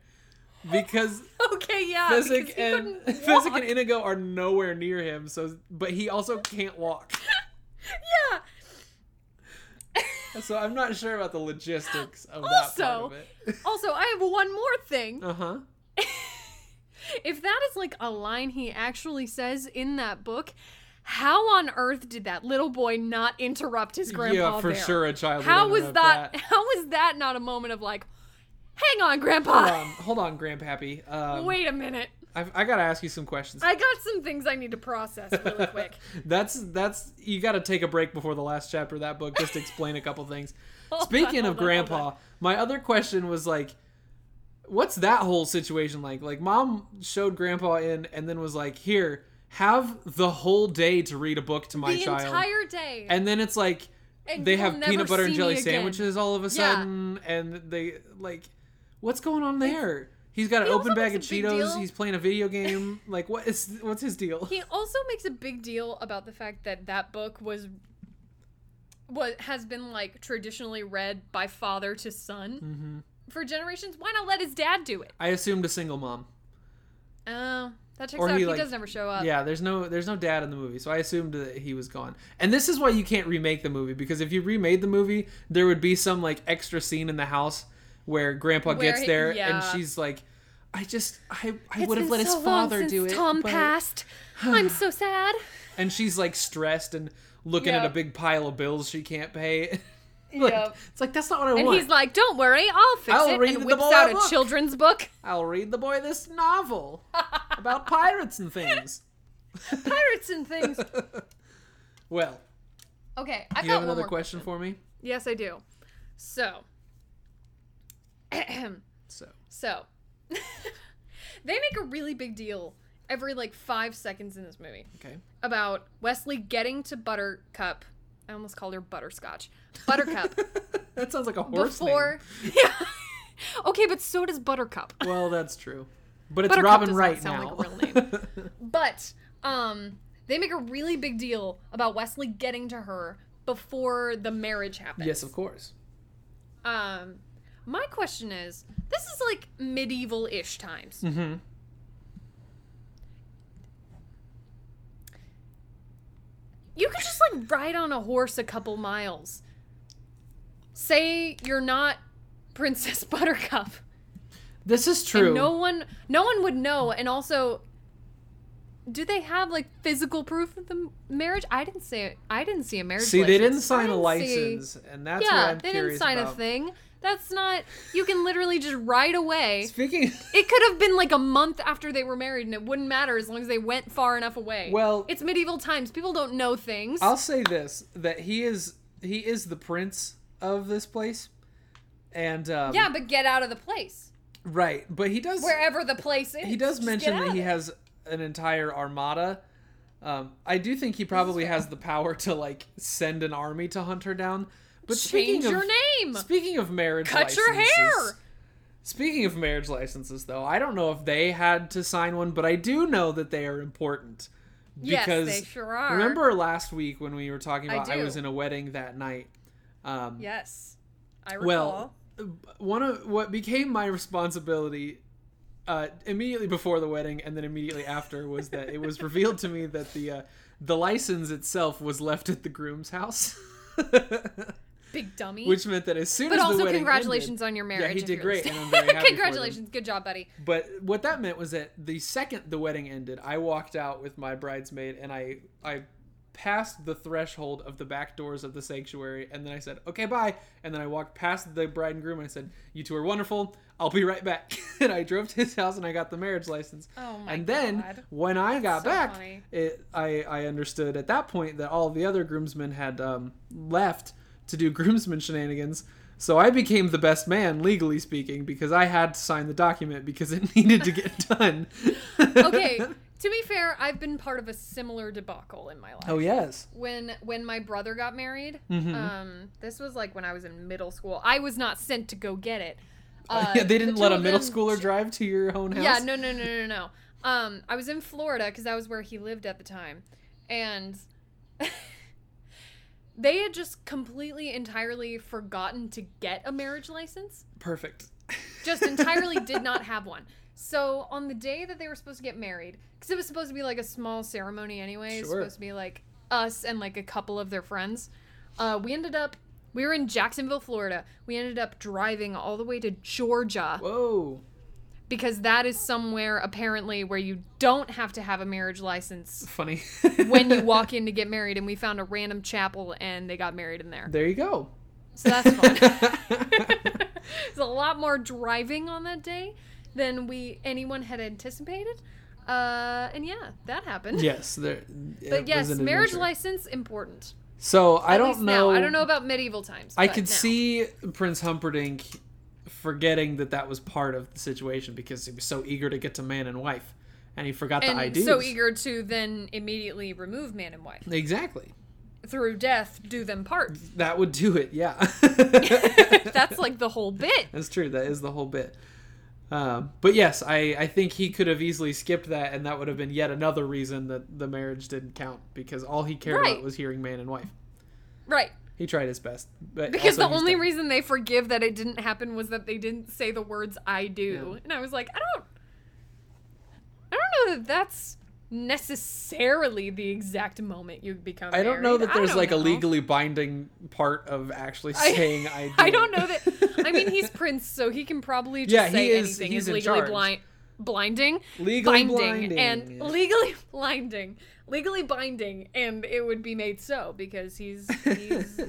S1: because
S2: okay, yeah. (laughs) because
S1: Fezzik
S2: he
S1: and (laughs)
S2: couldn't
S1: Fezzik
S2: walk.
S1: and Inigo are nowhere near him. So, but he also can't walk.
S2: yeah.
S1: So I'm not sure about the logistics of that part
S2: Also-
S1: of it.
S2: Also, I have one more thing.
S1: Uh huh.
S2: If that is like a line he actually says in that book, how on earth did that little boy not interrupt his grandpa?
S1: Yeah, for
S2: there?
S1: sure, a child. would
S2: How was
S1: interrupt
S2: that, (laughs) How was that not a moment of like, hang on,
S1: Hold
S2: Grandpa,
S1: on, Um, hold on, Grandpappy. Um,
S2: (laughs) wait a minute,
S1: I've, I gotta ask you some questions.
S2: I got some things I need to process
S1: (laughs)
S2: really quick.
S1: that's that's you got to take a break before the last chapter of that book just to explain a couple things.
S2: (laughs) Hold
S1: Speaking
S2: on,
S1: of
S2: hold on, hold
S1: grandpa, my other question was like what's that whole situation like? Like mom showed grandpa in and then was like, "Here, have the whole day to read a book to my
S2: the
S1: child."
S2: entire day,
S1: and then it's like
S2: And
S1: they
S2: you'll
S1: have
S2: never
S1: peanut butter and
S2: see
S1: jelly
S2: me again.
S1: sandwiches all of a
S2: Yeah.
S1: sudden and they like what's going on there? He's got an
S2: He also
S1: open bag of
S2: makes a big deal.
S1: Cheetos. He's playing a video game. (laughs) Like, what is what's his deal?
S2: He also makes a big deal about the fact that that book was what has been like traditionally read by father to son
S1: Mm-hmm.
S2: for generations. Why not let his dad do it?
S1: I assumed a single mom.
S2: Oh, that checks
S1: Or
S2: out.
S1: he,
S2: He,
S1: like-
S2: does never show up.
S1: Yeah, there's no there's no dad in the movie, so I assumed that he was gone. And this is why you can't remake the movie because if you remade the movie, there would be some like extra scene in the house where Grandpa
S2: Where
S1: gets
S2: he-
S1: there
S2: yeah.
S1: and she's like, "I just I I
S2: It's
S1: would have
S2: been
S1: let his
S2: so long
S1: father
S2: since
S1: do it."
S2: Tom
S1: but-"
S2: passed.
S1: (sighs)
S2: I'm so sad.
S1: And she's like stressed and looking at
S2: Yep.
S1: a big pile of bills she can't pay. (laughs) like,
S2: Yep.
S1: It's like that's not what I
S2: And
S1: want.
S2: he's like, "Don't worry, I'll fix
S1: I'll
S2: it."
S1: read
S2: and
S1: the
S2: whips
S1: boy
S2: out
S1: a book.
S2: a children's book.
S1: I'll read the boy this novel. about pirates and
S2: (laughs)
S1: things.
S2: (laughs) Pirates and things.
S1: well,
S2: Okay, I've
S1: you have
S2: got one
S1: another
S2: more
S1: question for me?
S2: Yes, I do. So, (clears throat)
S1: So,
S2: so (laughs) they make a really big deal every like five seconds in this movie
S1: okay.
S2: about Wesley getting to Buttercup. I almost called her Butterscotch. Buttercup
S1: (laughs) that sounds like a horse
S2: before. (laughs) Yeah. okay, but so does Buttercup.
S1: name. Well, that's true. But it's
S2: Buttercup
S1: Robin
S2: does not
S1: Wright
S2: sound
S1: now.
S2: like a But um, they make a really big deal about Wesley getting to her before the marriage
S1: (laughs)
S2: happens.
S1: yes, of course.
S2: Um, my question is, this is like medieval-ish times.
S1: Mm-hmm.
S2: You could just like ride on a horse a couple miles. Say you're not (laughs) Princess Buttercup,
S1: This is true.
S2: and no one, no one would know. And also, do they have like physical proof of the m- marriage? I didn't see. I didn't see a marriage.
S1: See, they didn't
S2: license. I
S1: sign a
S2: didn't see-
S1: license, and that's
S2: yeah,
S1: what I'm
S2: they didn't
S1: curious
S2: sign
S1: about.
S2: a thing. That's not. You can literally just ride away. (laughs)
S1: Speaking, (laughs)
S2: It could have been like a month after they were married, and it wouldn't matter as long as they went far enough away.
S1: Well-
S2: it's medieval times; people don't know things.
S1: I'll say this: that he is he is the prince of this place, and um,
S2: yeah, but get out of the place,
S1: right. But he does
S2: wherever the place is.
S1: he does
S2: Just
S1: mention
S2: get out
S1: that he
S2: of it.
S1: has an entire armada. Um, I do think he probably has the power to like send an army to hunt her down. But speaking
S2: Change
S1: of,
S2: your name.
S1: Speaking of marriage,
S2: Cut your
S1: licenses-
S2: hair.
S1: Speaking of marriage licenses, though, I don't know if they had to sign one, but I do know that they are important.
S2: Yes,
S1: Because
S2: they sure are.
S1: Remember last week when we were talking
S2: I
S1: about I,
S2: do.
S1: was in a wedding that night. Um,
S2: Yes, I recall.
S1: well, one of what became my responsibility uh, immediately before the wedding and then immediately after was that it was revealed to me that the uh, the license itself was left at the groom's house, (laughs)
S2: big dummy.
S1: which meant that as soon
S2: but
S1: as the
S2: also,
S1: wedding
S2: congratulations
S1: ended-
S2: on your marriage.
S1: Yeah, he
S2: if
S1: did
S2: you're
S1: great, and
S2: listening.
S1: I'm
S2: (laughs)
S1: very happy for them.
S2: congratulations, good job, buddy.
S1: But what that meant was that the second the wedding ended, I walked out with my bridesmaid and I I passed the threshold of the back doors of the sanctuary and then I said, "Okay, bye." And then I walked past the bride and groom and I said, "You two are wonderful. I'll be right back." (laughs) and I drove to his house and I got the marriage license.
S2: Oh my
S1: and then
S2: God.
S1: when I got
S2: so
S1: back,
S2: funny.
S1: it, I I understood at that point that all the other groomsmen had um, left to do (laughs) groomsmen shenanigans. So I became the best man, legally speaking, because I had to sign the document because it (laughs) needed to get done.
S2: (laughs)
S1: (laughs)
S2: Okay, to be fair, I've been part of a similar debacle in my life.
S1: oh yes.
S2: when when my brother got married
S1: Mhm.
S2: um this was like when i was in middle school i was not sent to go get it uh,
S1: (laughs) yeah, they didn't
S2: the
S1: let
S2: two
S1: a
S2: of
S1: middle
S2: them-
S1: schooler drive to your own house.
S2: yeah no no no no no um i was in florida because that was where he lived at the time and (laughs) they had just completely entirely forgotten to get a marriage license
S1: Perfect.
S2: just entirely did not have one so on the day that they were supposed to get married because it was supposed to be like a small ceremony anyway it was
S1: Sure.
S2: supposed to be like us and like a couple of their friends uh, we ended up we were in jacksonville florida we ended up driving all the way to georgia
S1: Whoa.
S2: because that is somewhere apparently where you don't have to have a marriage license
S1: Funny.
S2: (laughs) when you walk in to get married and we found a random chapel and they got married in there
S1: (laughs) There you go.
S2: so that's fun There's a lot more driving on that day than we anyone had anticipated. Uh, and yeah, that
S1: (laughs)
S2: happened.
S1: yes, there.
S2: but yes, marriage
S1: license.
S2: license important.
S1: So I
S2: At
S1: don't
S2: least
S1: know.
S2: Now. I don't know about medieval times.
S1: I
S2: but
S1: could
S2: now.
S1: see Prince Humperdinck forgetting that that was part of the situation because he was so eager to get to man and wife, and he forgot
S2: and
S1: the ideas.
S2: so eager to then immediately remove man and wife
S1: Exactly.
S2: through death, do
S1: (laughs)
S2: them part.
S1: That would do it.
S2: (laughs)
S1: Yeah.
S2: That's like the whole bit.
S1: That's true. That is the whole bit. Um, but yes, I, I think he could have easily skipped that, and that would have been yet another reason that the marriage didn't count because all he cared
S2: Right.
S1: about was hearing man and wife.
S2: Right.
S1: He tried his best, but
S2: Because
S1: also
S2: the
S1: he's
S2: only
S1: dead.
S2: reason they forgive that it didn't happen was that they didn't say the words "I do,"
S1: Yeah.
S2: and I was like, I don't, I don't know that that's necessarily the exact moment you become.
S1: I don't know
S2: married.
S1: that there's
S2: don't
S1: like a
S2: know.
S1: legally binding part of actually
S2: I-
S1: saying I. Do.
S2: (laughs) I don't know that. I mean, he's Prince, so he can probably just
S1: Yeah, he
S2: say
S1: is-
S2: anything.
S1: he's
S2: is
S1: in
S2: legally
S1: charge.
S2: blind, blinding,
S1: (laughs) Legally
S2: binding,
S1: blinding,
S2: and
S1: yeah. (laughs)
S2: legally (laughs) blinding, legally binding, and it would be made so
S1: (laughs)
S2: because he's he's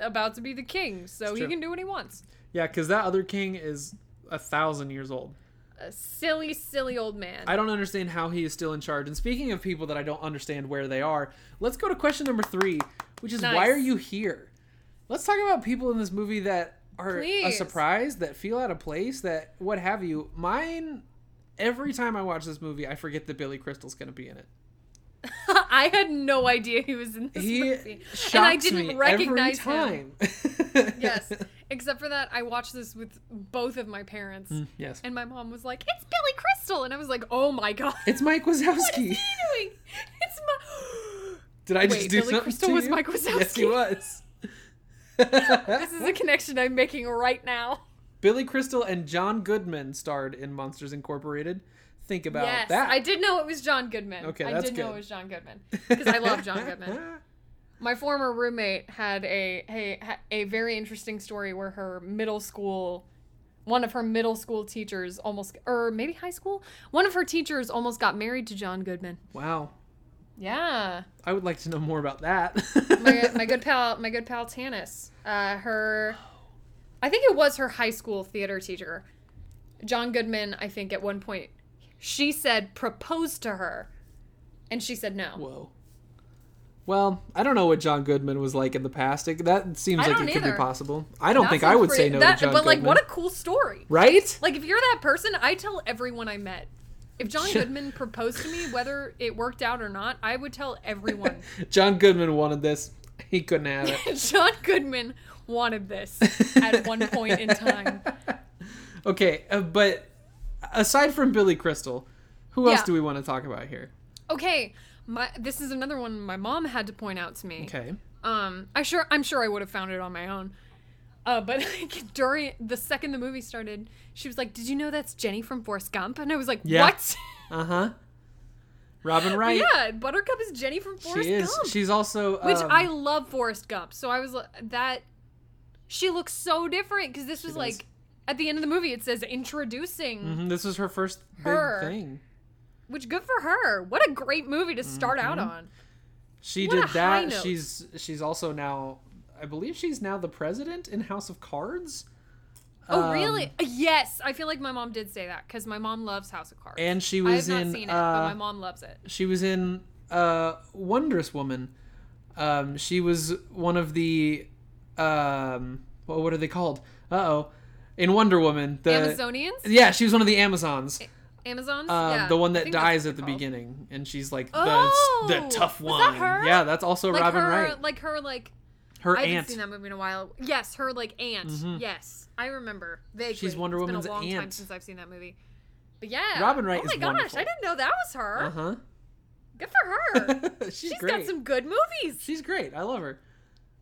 S2: about to be the king, so he
S1: true.
S2: can do what he wants.
S1: yeah, because that other king is a thousand years old.
S2: a silly, silly old man.
S1: I don't understand how he is still in charge. And speaking of people that I don't understand where they are, let's go to question number three, which is why
S2: Nice.
S1: are you here? Let's talk about people in this movie that are a
S2: Please.
S1: surprise, that feel out of place, that what have you. Mine, every time I watch this movie, I forget that Billy Crystal's going to be in it.
S2: (laughs) I had no idea he was in this
S1: He
S2: movie.
S1: shocks
S2: and I didn't
S1: me
S2: recognize
S1: every
S2: him.
S1: time.
S2: (laughs)
S1: (laughs)
S2: Yes. Except for that, I watched this with both of my parents.
S1: yes.
S2: And my mom was like, It's Billy Crystal. And I was like, Oh my God.
S1: It's Mike
S2: (laughs) what is he
S1: Wazowski.
S2: doing? It's my.
S1: (laughs)
S2: (gasps)
S1: Did I just
S2: Wait,
S1: do
S2: Billy
S1: something
S2: Crystal
S1: to
S2: was
S1: you?
S2: Mike
S1: Yes, he
S2: Wazowski.
S1: was. (laughs)
S2: (laughs) This is a connection I'm making right now.
S1: Billy Crystal and John Goodman starred in Monsters Incorporated. Think about
S2: yes,
S1: that.
S2: I did know it was John Goodman.
S1: Okay,
S2: I
S1: that's
S2: did know
S1: good.
S2: it was John Goodman because I love
S1: (laughs)
S2: John Goodman. My former roommate had a, a a very interesting story where her middle school, one of her middle school teachers almost, or maybe high school, one of her teachers almost got married to John Goodman.
S1: Wow.
S2: Yeah,
S1: I would like to know more about that.
S2: my, my good pal, my good pal Tanis. Uh, her, I think it was her high school theater teacher, John Goodman. I think at one point, she said proposed to her, and she said no.
S1: (laughs) Whoa. Well, I don't know what John Goodman was like in the past. It- that seems
S2: I
S1: like it
S2: don't
S1: could be
S2: either.
S1: possible. I don't
S2: That
S1: think
S2: seems
S1: I would
S2: pretty-
S1: say no
S2: that-
S1: to John
S2: But like,
S1: Goodman.
S2: what a cool story!
S1: right?
S2: Like, if you're that person, I tell everyone I met. If John
S1: Sure.
S2: Goodman proposed to me, whether it worked out or not, I would tell
S1: (laughs)
S2: everyone. (laughs)
S1: John Goodman wanted this. He couldn't have it.
S2: John Goodman wanted this (laughs) at one point
S1: (laughs)
S2: in time.
S1: Okay, uh, but aside from Billy Crystal, who else
S2: Yeah.
S1: do we want to talk about here?
S2: Okay, my this is another one my mom had to point out to me.
S1: Okay.
S2: Um, I sure I'm sure I would have found it on my own. Uh, but (laughs) like during the second the movie started, she was like, "Did you know that's Jenny from Forrest Gump?" And I was like,
S1: Yeah.
S2: "What?" (laughs)
S1: Uh huh. Robin
S2: But
S1: Wright.
S2: yeah, Buttercup is Jenny from Forrest
S1: she is.
S2: Gump,
S1: She's also
S2: which
S1: um,
S2: I love Forrest Gump. So I was li- that she looks so different because this was
S1: does.
S2: like at the end of the movie it says introducing,
S1: mhm, This was her first
S2: Her.
S1: big thing.
S2: which good for her. What a great movie to start out
S1: Mm-hmm.
S2: on.
S1: She
S2: What
S1: did
S2: a high
S1: that.
S2: note.
S1: She's she's also now. I believe she's now the president in House of Cards.
S2: Oh
S1: Um,
S2: really? Uh, Yes, I feel like my mom did say that because my mom loves House of Cards.
S1: And she
S2: I
S1: was
S2: have not
S1: in.
S2: seen it,
S1: uh,
S2: but my mom loves it.
S1: She was in uh, Wondrous Woman. Um, she was one of the. Um, well, what are they called? Uh oh. In Wonder Woman, the
S2: Amazonians,
S1: yeah, she was one of the Amazons.
S2: Amazons,
S1: Um,
S2: Eh, yeah,
S1: the one
S2: I
S1: that
S2: think that's what
S1: dies
S2: they're
S1: at the
S2: called.
S1: beginning, and she's like the
S2: Oh,
S1: the tough
S2: was
S1: one.
S2: that her?
S1: Yeah, that's also
S2: Like
S1: Robin
S2: her,
S1: Wright.
S2: like her, like
S1: Her
S2: I haven't
S1: aunt. Mm-hmm.
S2: seen that movie in a while. Yes, her like aunt. Yes, I remember vaguely.
S1: She's Wonder
S2: It's
S1: Woman's
S2: been a long time
S1: aunt.
S2: since I've seen that movie. But yeah,
S1: Robin Wright
S2: Oh my
S1: is
S2: gosh,
S1: wonderful.
S2: I didn't know that was her.
S1: Uh huh.
S2: Good for her.
S1: (laughs) she's,
S2: She's
S1: great.
S2: got some good movies.
S1: She's great. I love her.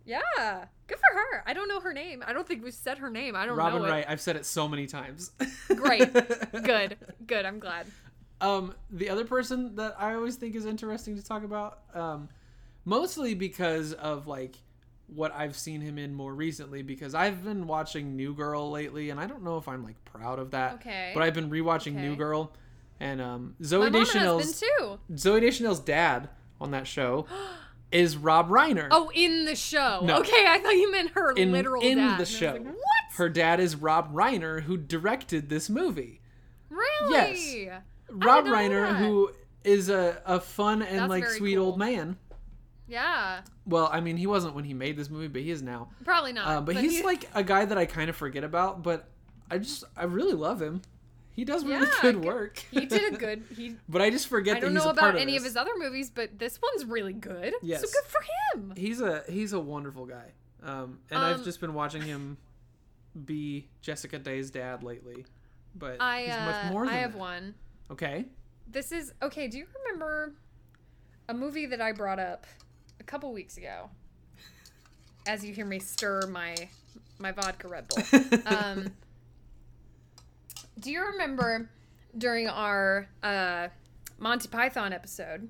S2: Yeah, good for her. I don't know her name. I don't think we've said her name. I don't
S1: Robin
S2: know it.
S1: Wright. I've said it so many times. (laughs)
S2: Great. Good, good. I'm glad.
S1: Um, the other person that I always think is interesting to talk about, um, mostly because of like what I've seen him in more recently, because I've been watching New Girl lately, and I don't know if I'm like proud of that.
S2: Okay.
S1: But I've been rewatching New
S2: Okay.
S1: Girl, and um,
S2: My
S1: Zoe
S2: mom has been
S1: Deschanel's
S2: too.
S1: Zoe Deschanel's dad on that
S2: (gasps)
S1: show is Rob Reiner.
S2: Oh, in the show.
S1: No.
S2: Okay, I thought you meant her
S1: in,
S2: literal
S1: in
S2: dad.
S1: the
S2: And I was
S1: show.
S2: like, what?
S1: Her dad is Rob Reiner, who directed this movie.
S2: Really?
S1: Yes. Rob
S2: know
S1: Reiner,
S2: that.
S1: who is a, a fun and
S2: Oh That's
S1: like
S2: very
S1: sweet old
S2: cool.
S1: man.
S2: Yeah.
S1: Well, I mean, he wasn't when he made this movie, but he is now.
S2: Probably not.
S1: Uh, but, he's
S2: he-
S1: like a guy that I kind of forget about, but I just I really love him. He does really
S2: Yeah,
S1: good
S2: good-
S1: work.
S2: he did a
S1: (laughs)
S2: good. He.
S1: but I just forget
S2: I
S1: that
S2: don't
S1: he's
S2: know
S1: a part
S2: about
S1: of
S2: any
S1: this.
S2: of his other movies, but this one's really good.
S1: Yes.
S2: So good for him.
S1: He's a he's a wonderful guy, um, and I've
S2: Um,
S1: just been watching him be Jessica Day's dad lately. But
S2: I.
S1: he's
S2: Uh,
S1: much more than
S2: I have
S1: that.
S2: one.
S1: Okay,
S2: This is okay. Do you remember a movie that I brought up a couple weeks ago? As you hear me stir my my vodka Red
S1: (laughs)
S2: Bull. um, do you remember during our uh, Monty Python episode,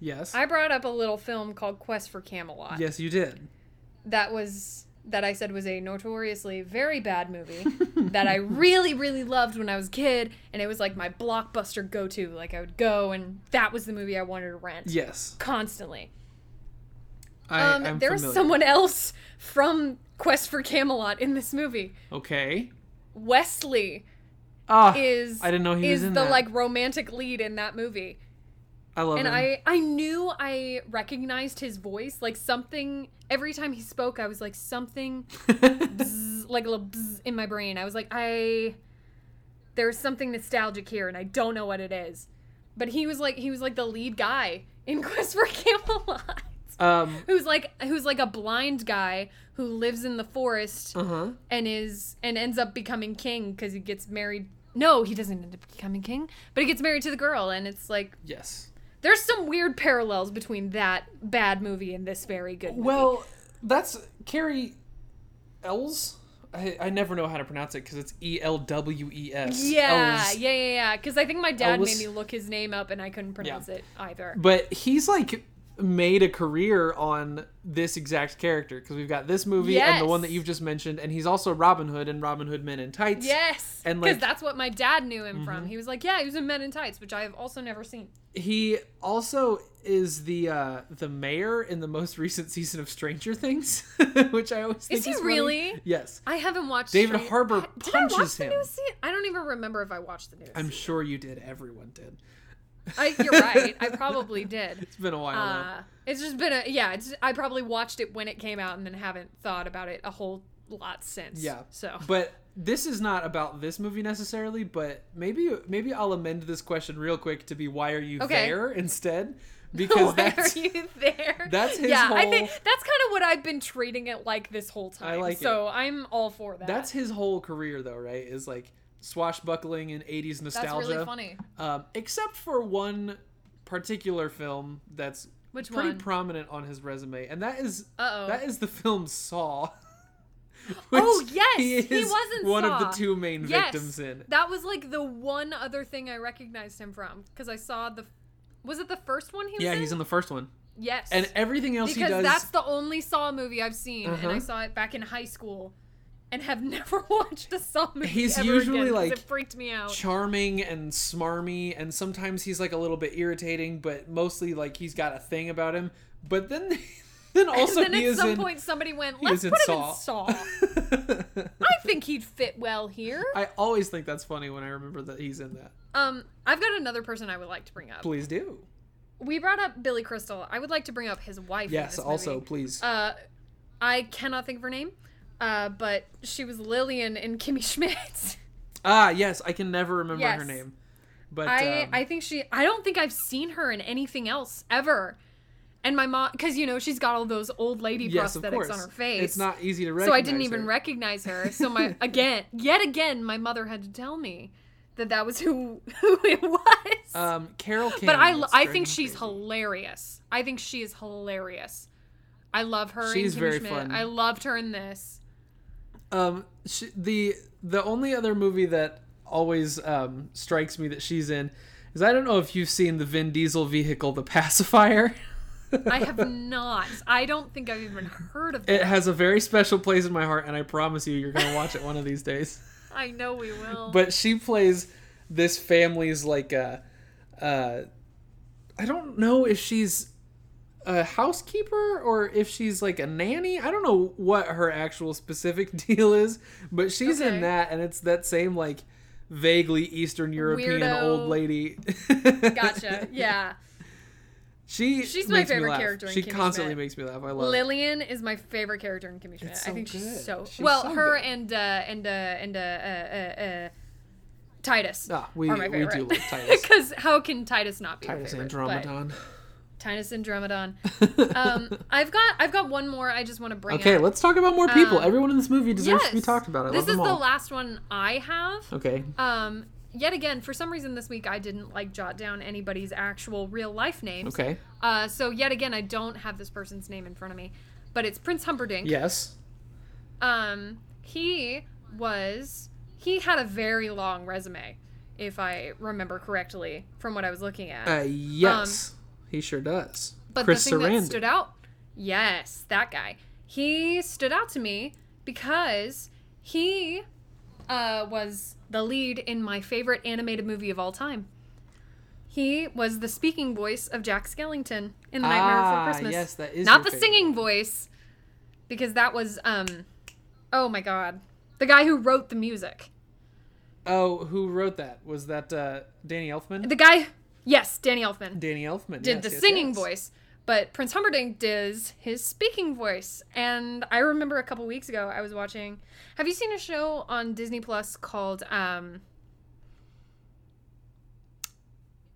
S1: yes,
S2: I brought up a little film called Quest for Camelot
S1: yes, you did. (laughs)
S2: that was that I said was a notoriously very
S1: (laughs)
S2: bad movie that I really really loved when I was a kid and it was like my blockbuster go-to like I would go and that was the movie I wanted to rent
S1: Yes,
S2: constantly.
S1: I,
S2: Um
S1: I'm
S2: there was
S1: familiar.
S2: someone else from Quest for Camelot in this movie.
S1: Okay,
S2: Wesley
S1: Ah,
S2: is
S1: I didn't know he was
S2: is
S1: in
S2: the
S1: that.
S2: like romantic lead in that movie.
S1: I love
S2: and
S1: him.
S2: I I knew I recognized his voice like something every time he spoke I was like
S1: (laughs)
S2: something bzz, like a little bzz in my brain. I was like I there's something nostalgic here and I don't know what it is. But he was like he was like the lead guy in (laughs) Quest for Camelot.
S1: um.
S2: Who's like who's like a blind guy who lives in the forest
S1: Uh huh.
S2: and is and ends up becoming king because he gets married. No, he doesn't end up becoming king, but he gets married to the girl, and it's like
S1: Yes.
S2: there's some weird parallels between that bad movie and this very good movie.
S1: Well, that's Carrie Ells. I, I never know how to pronounce it because it's E L W E S.
S2: yeah,
S1: Ells.
S2: yeah, yeah, yeah. Because I think my dad
S1: Elvis-
S2: made me look his name up, and I couldn't pronounce it
S1: (laughs)
S2: either.
S1: But he's like made a career on this exact character because we've got this movie and the one that
S2: Yes.
S1: you've just mentioned, and he's also Robin Hood and Robin Hood Men in Tights.
S2: Yes,
S1: And, like-
S2: because
S1: Mm-hmm.
S2: that's what my dad knew him from. He was like, yeah, he was in Men in Tights, which I have also never seen.
S1: He also is the uh, the mayor in the most (laughs) recent season of Stranger Things, (laughs) which I always think
S2: he
S1: funny.
S2: really?
S1: Yes.
S2: I haven't watched.
S1: David
S2: Stranger-
S1: Harbour
S2: Did I watch
S1: punches
S2: the
S1: him.
S2: new se- I don't even remember if I watched the news.
S1: I'm sure you did. Everyone did.
S2: I,
S1: (laughs)
S2: you're right. I probably did.
S1: It's been a while now.
S2: Uh, it's just been a yeah. It's I probably watched it when it came out and then haven't thought about it a whole lot since.
S1: Yeah.
S2: So
S1: But this is not about this movie necessarily, but maybe maybe I'll amend this question real quick to be why are you
S2: Okay.
S1: there (laughs)
S2: (laughs)
S1: instead? Because
S2: why
S1: that's
S2: are you there?
S1: that's his
S2: yeah. I think
S1: whole-
S2: that's kind of what I've been treating it like this whole time.
S1: I like it.
S2: so I'm all for
S1: (laughs)
S2: that.
S1: that's his whole career though, right? Is like swashbuckling and 80s
S2: That's
S1: nostalgia.
S2: really funny.
S1: Um except for one particular film that's
S2: Which
S1: pretty
S2: one?
S1: prominent on his resume and that is
S2: Uh-oh.
S1: that is the film Saw. (laughs)
S2: Oh,
S1: which
S2: yes, he was in
S1: one of
S2: Saw.
S1: the two main
S2: yes,
S1: victims in.
S2: that was like the one other thing I recognized him from because I saw the. Was it the first one he was
S1: Yeah,
S2: in?
S1: he's in the first one.
S2: Yes.
S1: And everything else
S2: because
S1: he does
S2: that's the only Saw movie I've seen, and
S1: Uh-huh.
S2: I saw it back in high school, and have (laughs) never watched a Saw movie.
S1: He's
S2: ever
S1: usually,
S2: again 'cause
S1: like,
S2: it freaked me out.
S1: charming and smarmy and sometimes he's like a little bit irritating but mostly like he's got a thing about him but then (laughs) then also
S2: then
S1: he
S2: at
S1: is
S2: some
S1: in
S2: point somebody went,
S1: he is
S2: "Let's
S1: in
S2: put him
S1: Saw."
S2: in Saw." I think he'd fit well here.
S1: (laughs) I always think that's funny when I remember that he's in that.
S2: Um, I've got another person I would like to bring up.
S1: Please do.
S2: We brought up Billy Crystal. I would like to bring up his wife. in
S1: Yes,
S2: this
S1: also
S2: movie.
S1: please.
S2: Uh, I cannot think of her name, uh, but she was Lillian in (laughs) Kimmy Schmidt.
S1: ah, yes, I can never remember her
S2: yes.
S1: name. But
S2: I,
S1: um,
S2: I think she I don't think I've seen her in anything else ever. And my mom cuz you know she's got all those old lady
S1: yes, of
S2: prosthetics
S1: course.
S2: on her face.
S1: It's not easy to recognize.
S2: so I didn't even
S1: her.
S2: recognize her.
S1: (laughs)
S2: So my again, yet again my mother had to tell me that that was who (laughs) who it was.
S1: um Carol Kane.
S2: but I
S1: that's
S2: lo- I
S1: driving
S2: think
S1: me
S2: she's
S1: crazy.
S2: hilarious. I think she is hilarious. I love her.
S1: She's
S2: in Kimmy
S1: very
S2: Schmidt.
S1: fun.
S2: I loved her in this.
S1: Um, she, the the only other movie that always um, strikes me that she's in is I don't know if you've seen the Vin Diesel vehicle, the pacifier.
S2: I have
S1: (laughs)
S2: not. I don't think I've even heard of
S1: It
S2: it.
S1: has a very special place in my heart, and I promise you, you're gonna watch it one of these days.
S2: I know we will.
S1: But (laughs) she plays this family's like uh, uh, I don't know if she's a housekeeper or if she's like a nanny. I don't know what her actual specific (laughs) deal is, but she's
S2: Okay.
S1: in that, and it's that same like vaguely Eastern European
S2: Weirdo.
S1: old lady.
S2: gotcha. Yeah.
S1: (laughs) She
S2: She's my
S1: makes me
S2: favorite
S1: laugh.
S2: character in
S1: She
S2: Kimmy
S1: constantly
S2: Schmidt.
S1: makes me laugh. I love. it.
S2: Lillian is my favorite character in Kimmy Schmidt.
S1: It's
S2: I
S1: so
S2: think she's
S1: good.
S2: so
S1: She's
S2: well.
S1: so
S2: her
S1: good.
S2: and uh, and uh, and uh, uh, uh, uh, Titus
S1: Ah, we
S2: are my
S1: we
S2: favorite.
S1: do
S2: (laughs)
S1: love Titus.
S2: Because how can Titus not be
S1: Titus
S2: your favorite?
S1: Andromedon.
S2: But
S1: (laughs)
S2: Titus Andromedon. Um, I've got I've got one more. I just want to bring.
S1: okay,
S2: up.
S1: let's talk about more people.
S2: Um,
S1: Everyone in this movie deserves
S2: yes.
S1: to be talked about. I
S2: this
S1: love
S2: is
S1: them
S2: the
S1: all.
S2: last one I have.
S1: okay.
S2: Um, yet again, for some reason this week I didn't like jot down anybody's actual real life names.
S1: Okay.
S2: Uh, so yet again, I don't have this person's name in front of me, but it's Prince Humperdinck.
S1: Yes.
S2: Um, he was he had a very long resume, if I remember correctly from what I was looking at.
S1: Uh, yes, he sure does.
S2: but
S1: Chris
S2: the thing
S1: Sarandon.
S2: that stood out, yes, that guy. He stood out to me because he uh, was the lead in my favorite animated movie of all time. He was the speaking voice of Jack Skellington in The Nightmare
S1: Ah,
S2: Before Christmas.
S1: yes, that is
S2: not
S1: your
S2: the
S1: favorite.
S2: singing voice, because that was um, oh my god, the guy who wrote the music.
S1: Oh, who wrote that? Was that uh, Danny Elfman?
S2: The guy, yes, Danny Elfman
S1: Danny Elfman
S2: did
S1: yes,
S2: the
S1: yes,
S2: singing
S1: yes.
S2: voice, but Prince Humperdinck does his speaking voice. And I remember a couple weeks ago I was watching. Have you seen a show on Disney Plus called um?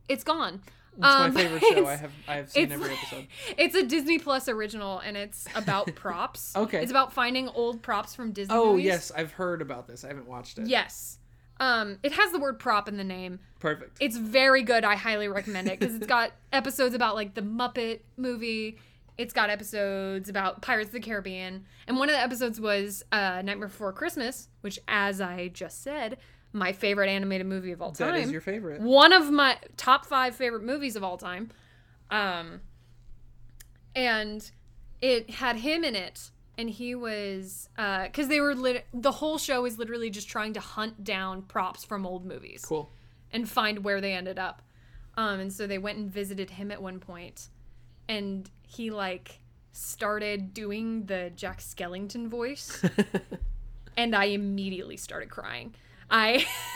S2: It's gone. Um,
S1: It's
S2: (laughs)
S1: my favorite show. I have I have seen
S2: it's
S1: every
S2: like-
S1: episode.
S2: (laughs) It's a Disney Plus original, and it's
S1: (laughs)
S2: about props.
S1: Okay.
S2: It's about finding old props from Disney.
S1: Oh
S2: movies.
S1: yes, I've heard about this. I haven't watched it.
S2: Yes. Um, it has the word prop in the name.
S1: Perfect.
S2: It's very good. I highly recommend it because it's got (laughs) episodes about like the Muppet movie. It's got episodes about Pirates of the Caribbean, and one of the episodes was uh, Nightmare Before Christmas, which, as I just said, my favorite animated movie of all time
S1: That is your favorite.
S2: one of my top five favorite movies of all time. Um, and it had him in it, and he was because they were lit- the whole show is literally just trying to hunt down props from old movies
S1: Cool. (laughs)
S2: and find where they ended up. Um, and so they went and visited him at one point, and he like started doing the Jack Skellington
S1: Oh,
S2: (laughs) voice, and I immediately started crying. I. (laughs)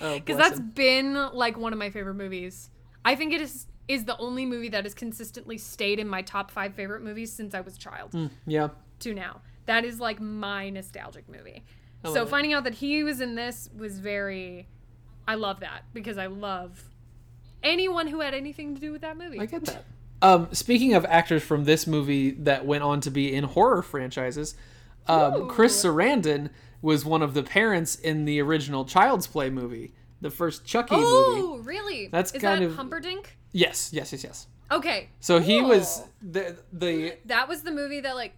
S1: Oh,
S2: because that's been like one of my favorite movies. I think it is is the only movie that has consistently stayed in my top five favorite movies since I was a child
S1: yeah.
S2: to now. That is like my nostalgic movie.
S1: I
S2: so
S1: love it.
S2: finding out that he was in this was very, I love that because I love anyone who had anything to do with that movie.
S1: I get that. Um, speaking of actors from this movie that went on to be in horror franchises, um, Chris Sarandon was one of the parents in the original Child's Play movie, the first Chucky movie.
S2: oh, really?
S1: That's
S2: is
S1: kind
S2: that
S1: of-
S2: Humperdinck?
S1: Yes, yes, yes, yes.
S2: Okay,
S1: So he was
S2: Cool.
S1: the the
S2: that was the movie that like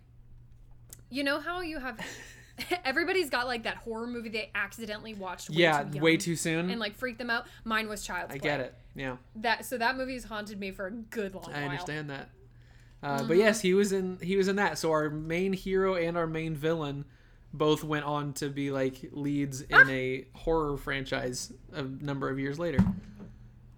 S2: you know how you have (laughs) everybody's got like that horror movie they accidentally watched way
S1: yeah
S2: too young
S1: way too soon.
S2: and like freaked them out mine was child's
S1: I
S2: play
S1: get it. Yeah,
S2: that so that movie's haunted me for a good long
S1: I
S2: while
S1: understand that. Uh,
S2: Mm-hmm.
S1: But yes, he was in he was in that. So our main hero and our main villain both went on to be like leads
S2: Ah.
S1: in a horror franchise a number of years later. Um,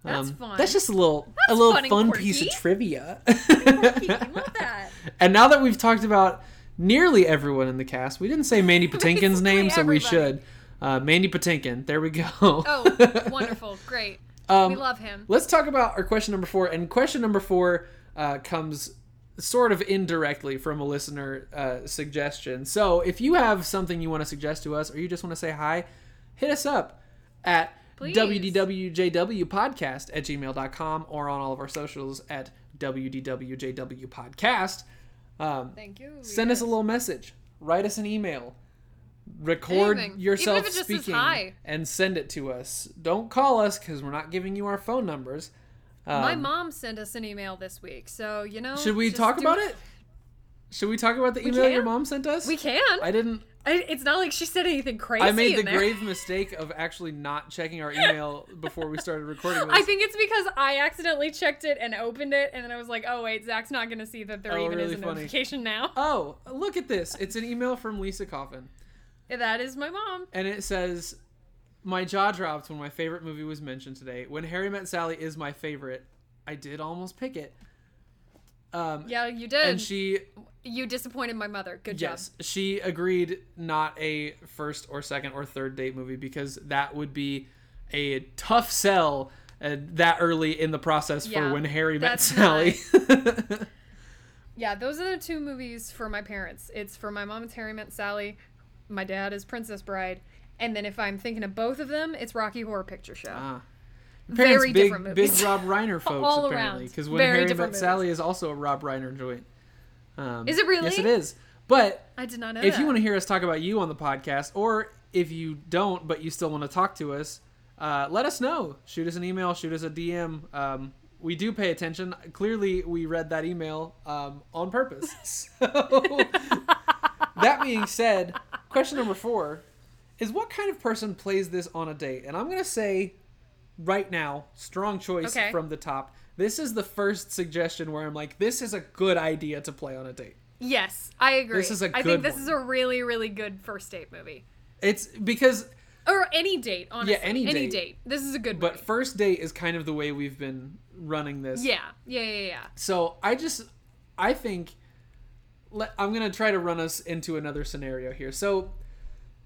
S2: That's fun.
S1: That's just a little a
S2: That's
S1: little
S2: fun
S1: fun,
S2: and
S1: piece of
S2: (laughs) quirky.
S1: trivia.
S2: I love that.
S1: (laughs) and now that we've talked about nearly everyone in the cast, we didn't say
S2: (laughs)
S1: Mandy Patinkin's
S2: Basically
S1: name, so we
S2: everybody.
S1: should. Uh, Mandy Patinkin. There we go.
S2: oh
S1: (laughs)
S2: wonderful great
S1: Um,
S2: we love him
S1: Let's talk about our question number four. And question number four uh, comes sort of indirectly from a listener uh, suggestion. So if you have something you want to suggest to us or you just want to say hi, hit us up at
S2: Please.
S1: wdwjwpodcast at gmail.com or on all of our socials at wdwjwpodcast. Um,
S2: thank you
S1: send us a
S2: yes.
S1: little message, write us an email. Record
S2: Anything. Even if
S1: yourself
S2: it just says
S1: speaking
S2: hi.
S1: and send it to us. Don't call us because we're not giving you our phone numbers. Um,
S2: my mom sent us an email this week so you know
S1: Should we
S2: Oh, just
S1: talk
S2: do
S1: about it? Should we talk about the email
S2: can.
S1: your mom sent us?
S2: we can
S1: I didn't.
S2: I, it's not like she said anything crazy
S1: I made the
S2: in there.
S1: grave mistake of actually not checking our email before we started recording this.
S2: (laughs) I think it's because I accidentally checked it and opened it, and then I was like, "Oh wait, Zach's not gonna see that there
S1: Oh,
S2: even
S1: really
S2: is a
S1: funny. (laughs)
S2: notification now."
S1: oh, look at this! It's an email from Lisa Coffin,
S2: That is my mom.
S1: and it says, "My jaw dropped when my favorite movie was mentioned today. When Harry Met Sally is my favorite. I did almost pick it." Um,
S2: Yeah, you did.
S1: and she
S2: you disappointed my mother. Good
S1: Yes, she agreed not a first or second or third date movie because that would be a tough sell uh, that early in the process
S2: Yeah,
S1: for when Harry met
S2: that's
S1: Sally. (laughs)
S2: job. Yeah, those are the two movies for my parents. It's for my mom. It's Harry Met Sally. My dad is Princess Bride. And then if I'm thinking of both of them, it's Rocky Horror Picture Show.
S1: Ah.
S2: Very
S1: big,
S2: different movies.
S1: Big Rob
S2: (laughs)
S1: Reiner folks,
S2: All
S1: apparently.
S2: around.
S1: Because when
S2: Very
S1: Harry met
S2: different movies.
S1: Sally is also a Rob Reiner joint. Um,
S2: Is it really?
S1: Yes, it is. But
S2: I did not know.
S1: if you want to hear us talk about you on the podcast, or if you don't but you still want to talk to us, uh, let us know. Shoot us an email. Shoot us a DM. Um, we do pay attention. Clearly, we read that email um, on purpose. So, that being said, question number four is what kind of person plays this on a date? And I'm gonna say, right now, strong choice
S2: Okay.
S1: from the top. This is the first suggestion where I'm like, this is a good idea to play on a date.
S2: yes, I agree.
S1: This is a
S2: I
S1: good
S2: think this
S1: one.
S2: is a really, really good first date movie,
S1: It's because
S2: or any date. Honestly,
S1: any
S2: any
S1: date.
S2: date. This is a good
S1: But
S2: movie.
S1: first date is kind of the way we've been running this.
S2: yeah, yeah, yeah, yeah.
S1: So I just, I think, let, I'm gonna try to run us into another scenario here. So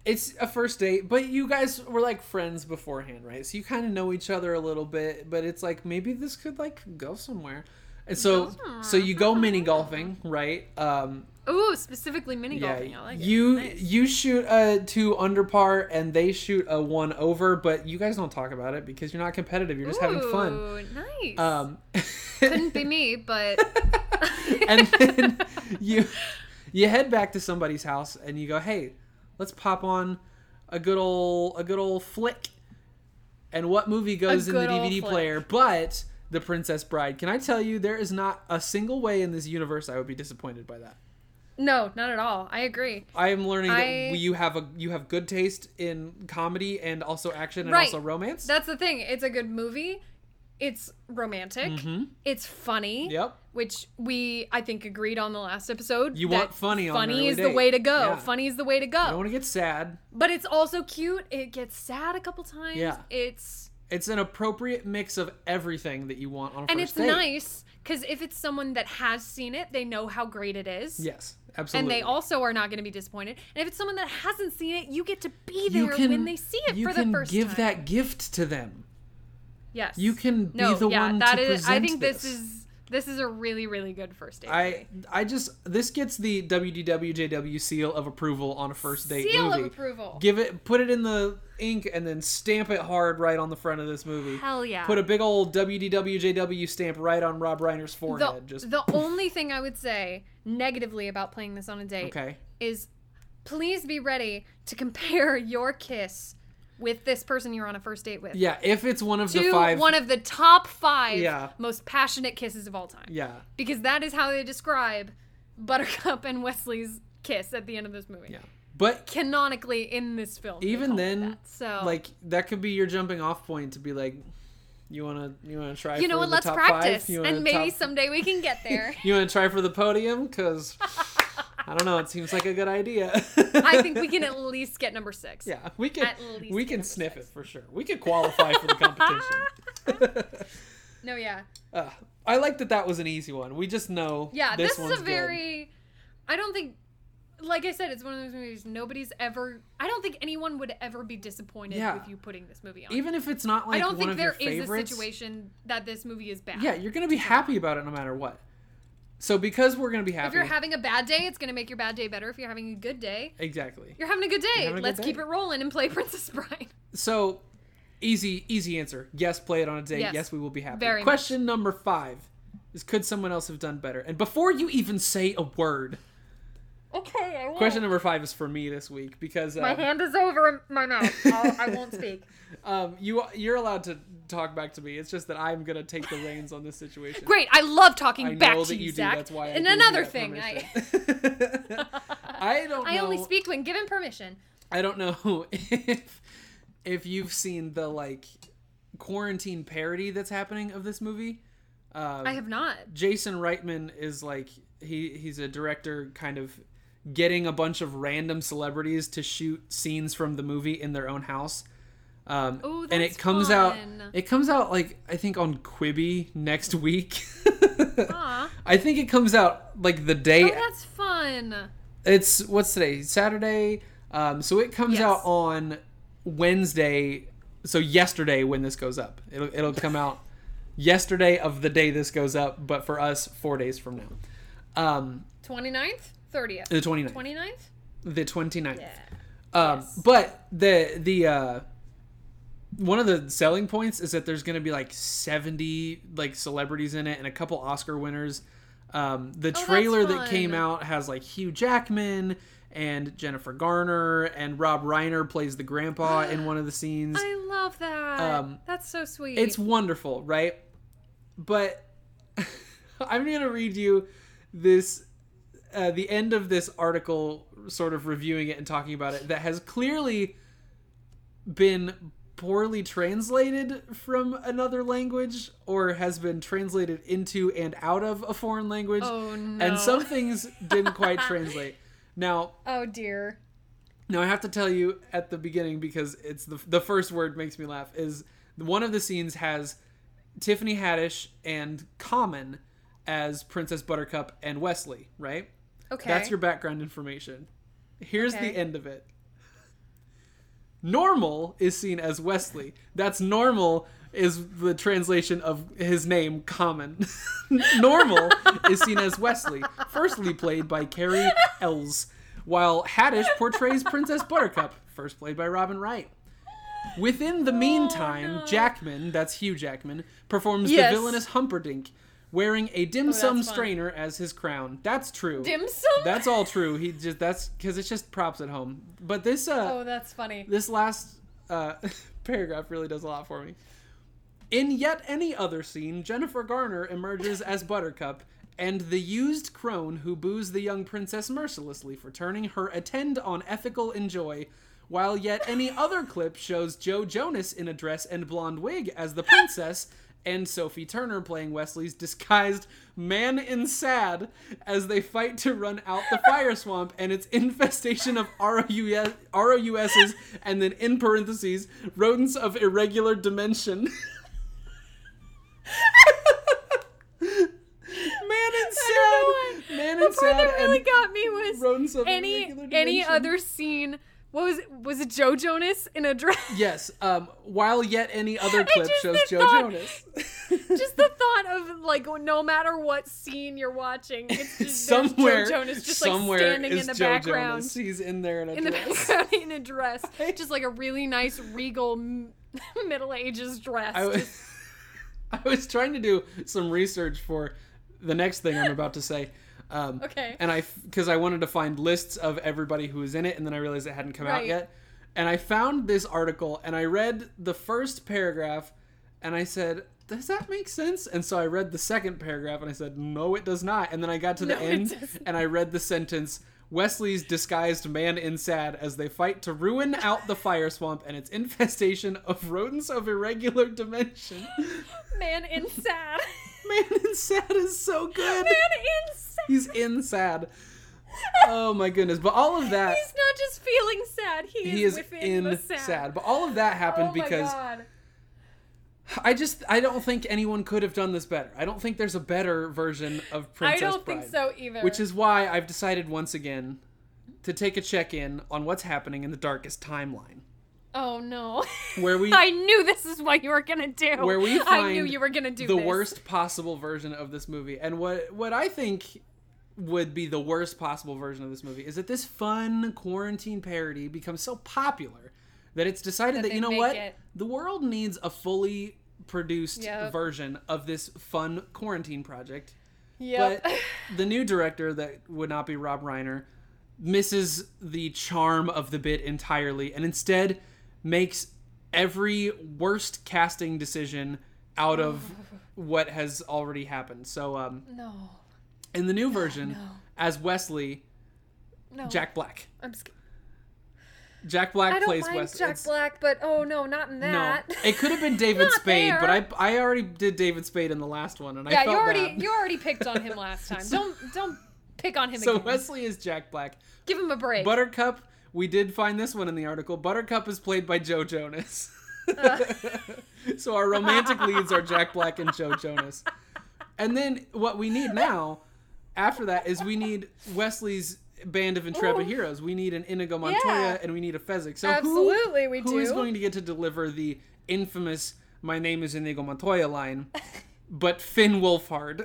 S1: It's a first date, but you guys were like friends beforehand, right? So you kind of know each other a little bit, but it's like maybe this could like go somewhere. And so so you go mini
S2: (laughs)
S1: golfing, right? Um
S2: Ooh, specifically mini golfing. I like it.
S1: you
S2: Nice.
S1: you shoot a two under par and they shoot a one over, but you guys don't talk about it because you're not competitive. You're just having fun.
S2: Ooh, Nice.
S1: Um,
S2: Couldn't be me, but
S1: (laughs) and then you you head back to somebody's house and you go, "Hey, let's pop on a good old a good old flick." And what movie goes in the
S2: good ol'
S1: DVD
S2: flick.
S1: player? But The Princess Bride. Can I tell you, there is not a single way in this universe I would be disappointed by that.
S2: no, not at all. I agree.
S1: I am learning
S2: I-
S1: that you have a you have good taste in comedy and also action and
S2: Right.
S1: also romance.
S2: That's the thing. It's a good movie. It's romantic. It's funny.
S1: Mm-hmm. yep.
S2: Which we I think agreed on the last episode.
S1: You
S2: that
S1: want funny on an
S2: Funny
S1: early
S2: is the
S1: date.
S2: way to go.
S1: Yeah.
S2: Funny is the way to go.
S1: I don't want to get sad.
S2: But it's also cute. It gets sad a couple times.
S1: Yeah.
S2: It's
S1: It's an appropriate mix of everything that you want on a first
S2: and it's
S1: date.
S2: nice because if it's someone that has seen it, they know how great it is.
S1: Yes,
S2: And
S1: absolutely.
S2: they also are not going to be disappointed. And if it's someone that hasn't seen it, you get to be
S1: you
S2: there
S1: can
S2: when they see it
S1: you
S2: for the
S1: can
S2: first
S1: give
S2: time.
S1: that gift to them.
S2: yes.
S1: You can be
S2: no,
S1: the
S2: yeah,
S1: one
S2: that
S1: to
S2: is- I
S1: present
S2: think this.
S1: this.
S2: is this is a really really good first date.
S1: I
S2: movie.
S1: I just this gets the WDWJW seal of approval on a first date
S2: seal
S1: movie.
S2: of approval.
S1: Give it, put it in the ink, and then stamp it hard right on the front of this movie.
S2: Hell yeah.
S1: Put a big old WDWJW stamp right on Rob Reiner's forehead.
S2: the,
S1: just
S2: the only thing I would say negatively about playing this on a date
S1: okay.
S2: is please be ready to compare (laughs) your kiss with this person you're on a first date with.
S1: Yeah, if it's one of the
S2: To
S1: five.
S2: one of the top five
S1: Yeah.
S2: most passionate kisses of all time.
S1: yeah,
S2: Because that is how they describe Buttercup and Wesley's kiss at the end of this movie.
S1: yeah, but
S2: Canonically in this film. they
S1: Even
S2: call it
S1: then,
S2: that. so
S1: like that could be your jumping off point to be like, you wanna you wanna try.
S2: you know
S1: for
S2: what?
S1: the
S2: Let's
S1: top
S2: practice,
S1: five? You wanna
S2: and maybe
S1: top-
S2: someday we can get there.
S1: (laughs) You want to try for the podium?
S2: (laughs)
S1: Because I don't know. It seems like a good idea.
S2: I think we can at least get number
S1: (laughs)
S2: six.
S1: Yeah, we can.
S2: at least
S1: We
S2: get
S1: can
S2: number
S1: sniff
S2: six.
S1: it for sure. We could qualify for the competition.
S2: (laughs)
S1: (laughs)
S2: No, yeah,
S1: uh, I like that. That was an easy one. We just know.
S2: yeah. This,
S1: one's
S2: is a
S1: good.
S2: very. I don't think, like I said, it's one of those movies nobody's ever. I don't think anyone would ever be disappointed
S1: Yeah.
S2: with you putting this movie on.
S1: Even if it's not like
S2: I
S1: one
S2: don't think
S1: of
S2: there
S1: your
S2: is a
S1: favorites,
S2: situation that this movie is bad.
S1: Yeah, you're gonna be happy about it no matter what. So because we're gonna be happy.
S2: If you're having a bad day, it's gonna make your bad day better. If you're having a good day,
S1: exactly.
S2: you're having a good day.
S1: having a good
S2: Let's
S1: day.
S2: keep it rolling and play (laughs) Princess Bride.
S1: So easy, easy answer. Yes, play it on a date. Yes,
S2: Yes.
S1: we will be happy.
S2: Very much.
S1: Question number five is: Could someone else have done better? And before you even say a word.
S2: Okay, I will.
S1: Question number five is for me this week because
S2: My (laughs)
S1: uh,
S2: hand is over my mouth. I'll, I
S1: (laughs)
S2: won't speak.
S1: um, you you're allowed to talk back to me. It's just that I'm gonna take the reins on this situation.
S2: Great, I love talking
S1: I know
S2: back
S1: that
S2: to you,
S1: you do.
S2: Zach.
S1: That's why. I
S2: and
S1: gave you
S2: another
S1: that
S2: thing, I.
S1: permission. (laughs) I don't.
S2: (laughs) I
S1: know.
S2: only speak when given permission.
S1: I don't know (laughs) if if you've seen the like quarantine parody that's happening of this movie. Um,
S2: I have not.
S1: Jason Reitman is like he he's a director kind of getting a bunch of random celebrities to shoot scenes from the movie in their own house. Um,
S2: Ooh,
S1: and
S2: that's
S1: it comes
S2: fun.
S1: out it comes out like I think on Quibi next week. (laughs)
S2: Aw.
S1: I think it comes out like the day
S2: Oh, that's fun.
S1: it's what's today saturday um, so it comes
S2: Yes.
S1: out on wednesday so yesterday when this goes up it'll, it'll come out yesterday of the day this goes up but for us four days from now um,
S2: 29th? 30th?
S1: the 29th
S2: 29th?
S1: the 29th
S2: Yeah.
S1: um, but the the uh, one of the selling points is that there's going to be like 70 like celebrities in it and a couple Oscar winners. Um, the
S2: Oh, that's
S1: trailer that
S2: fun.
S1: came out has like Hugh Jackman and Jennifer Garner and Rob Reiner plays the grandpa
S2: (gasps)
S1: in one of the scenes.
S2: I love that.
S1: Um,
S2: that's so sweet.
S1: It's wonderful, right? But (laughs) I'm going to read you this uh, the end of this article, sort of reviewing it and talking about it, that has clearly been poorly translated from another language or has been translated into and out of a foreign language.
S2: Oh, no.
S1: And some things didn't
S2: (laughs)
S1: quite translate. Now,
S2: oh, dear.
S1: now I have to tell you at the beginning because it's the the first word makes me laugh is one of the scenes has Tiffany Haddish and Common as Princess Buttercup and Wesley, right?
S2: Okay.
S1: That's your background information. Here's
S2: Okay.
S1: the end of it. normal is seen as Wesley. That's normal is the translation of his name common. (laughs) normal is seen as Wesley, firstly played by Carrie Ells, while Haddish portrays Princess Buttercup, first played by Robin Wright. Within the
S2: Oh,
S1: meantime, Jackman, that's Hugh Jackman, performs
S2: Yes. Oh,
S1: the villainous Humperdinck, wearing a dim sum
S2: fun.
S1: strainer as his crown. That's true.
S2: Dim sum?
S1: That's all true. He just that's because it's just props at home. But this uh
S2: Oh, that's funny.
S1: this last uh (laughs) paragraph really does a lot for me. In yet any other scene, Jennifer Garner emerges as Buttercup and the used crone who boos the young princess mercilessly for turning her attend on ethical enjoy. While yet any other clip shows Joe Jonas in a dress and blonde wig as the princess and Sophie Turner playing Wesley's disguised man in sad as they fight to run out the fire swamp and its infestation of ROUS, ROUSs and then in parentheses, rodents of irregular dimension. (laughs) man in sad.
S2: I don't know why.
S1: Man
S2: The
S1: in
S2: part
S1: sad
S2: that really
S1: and
S2: got me was
S1: rodents of
S2: any
S1: irregular
S2: any
S1: dimension.
S2: other scene. What was it? Was it Joe Jonas in a dress?
S1: Yes, um, while yet any
S2: (laughs) I
S1: other clip
S2: just
S1: shows
S2: did
S1: Joe
S2: not-
S1: Jonas.
S2: (laughs) just the thought of like no matter what scene you're watching, it's just there's
S1: somewhere,
S2: Joe Jonas just
S1: somewhere
S2: like standing
S1: is
S2: in the
S1: Joe
S2: background,
S1: Jonas. He's in there in a
S2: in the
S1: dress.
S2: background in a dress,
S1: (laughs)
S2: just like a really nice regal m- (laughs) Middle Ages dress.
S1: I
S2: (laughs) Just-
S1: was, (laughs) I was trying to do some research for the next thing
S2: (laughs)
S1: I'm about to say. Um,
S2: Okay.
S1: And I, because I wanted to find lists of everybody who was in it, and then I realized it hadn't come out
S2: Right.
S1: yet. And I found this article, and I read the first paragraph, and I said, "Does that make sense?" And so I read the second paragraph, and I said, "No, it does not." And then I got to the
S2: No, it
S1: end,
S2: doesn't.
S1: and I read the sentence. Wesley's disguised man in sad as they fight to ruin out the fire swamp and its infestation of rodents of irregular dimension.
S2: man in sad.
S1: Man in sad is so good.
S2: (laughs) man in sad.
S1: He's in sad. Oh my goodness! But all
S2: (laughs)
S1: of that,
S2: He's not just feeling sad. He,
S1: Uh, he
S2: is,
S1: is
S2: within
S1: in
S2: the
S1: sad.
S2: sad.
S1: But all of that happened
S2: oh
S1: because
S2: my god.
S1: I just I don't think anyone could have done this better. I don't think there's a better version of
S2: I
S1: Princess
S2: don't
S1: Bride.
S2: think so either.
S1: Which is why I've decided once again to take a check in on what's happening in the darkest timeline,
S2: oh no.
S1: where we
S2: (laughs) I knew this is what you were gonna do.
S1: where we find
S2: I knew you were gonna do
S1: the
S2: this.
S1: worst possible version of this movie. And what what I think would be the worst possible version of this movie is that this fun quarantine parody becomes so popular that it's decided that,
S2: they
S1: you know
S2: make
S1: what
S2: it.
S1: the world needs a fully produced
S2: Yep.
S1: version of this fun quarantine project.
S2: Yep. (laughs)
S1: But the new director that would not be Rob Reiner misses the charm of the bit entirely and instead makes every worst casting decision out
S2: (laughs)
S1: of what has already happened. So um,
S2: no.
S1: in the new version,
S2: Oh, no.
S1: as Wesley,
S2: No.
S1: Jack Black.
S2: I'm scared.
S1: Jack
S2: I
S1: Black
S2: don't
S1: plays
S2: mind
S1: Wesley.
S2: Jack
S1: It's-
S2: Black, but oh no, not in
S1: No,
S2: that.
S1: it could have
S2: (laughs)
S1: been David
S2: Not
S1: Spade,
S2: there.
S1: but I I already did David Spade in the last one, and
S2: yeah,
S1: I
S2: you
S1: felt
S2: already
S1: bad.
S2: you already picked on him last time. Don't don't pick on
S1: (laughs)
S2: him
S1: so
S2: again.
S1: Wesley is Jack Black.
S2: Give him a break.
S1: Buttercup, we did find this one in the article. Buttercup is played by Joe
S2: (laughs)
S1: Jonas. so our romantic leads are Jack Black and Joe Jonas. And then what we need now, after that, is we need Wesley's band of intrepid
S2: Ooh.
S1: heroes. We need an Inigo Montoya
S2: Oh. Yeah.
S1: and we need a Fezzik. So
S2: Absolutely,
S1: who,
S2: we
S1: Who is
S2: do.
S1: going to get to deliver the infamous "My name is Inigo Montoya" line? But Finn
S2: (laughs)
S1: Wolfhard.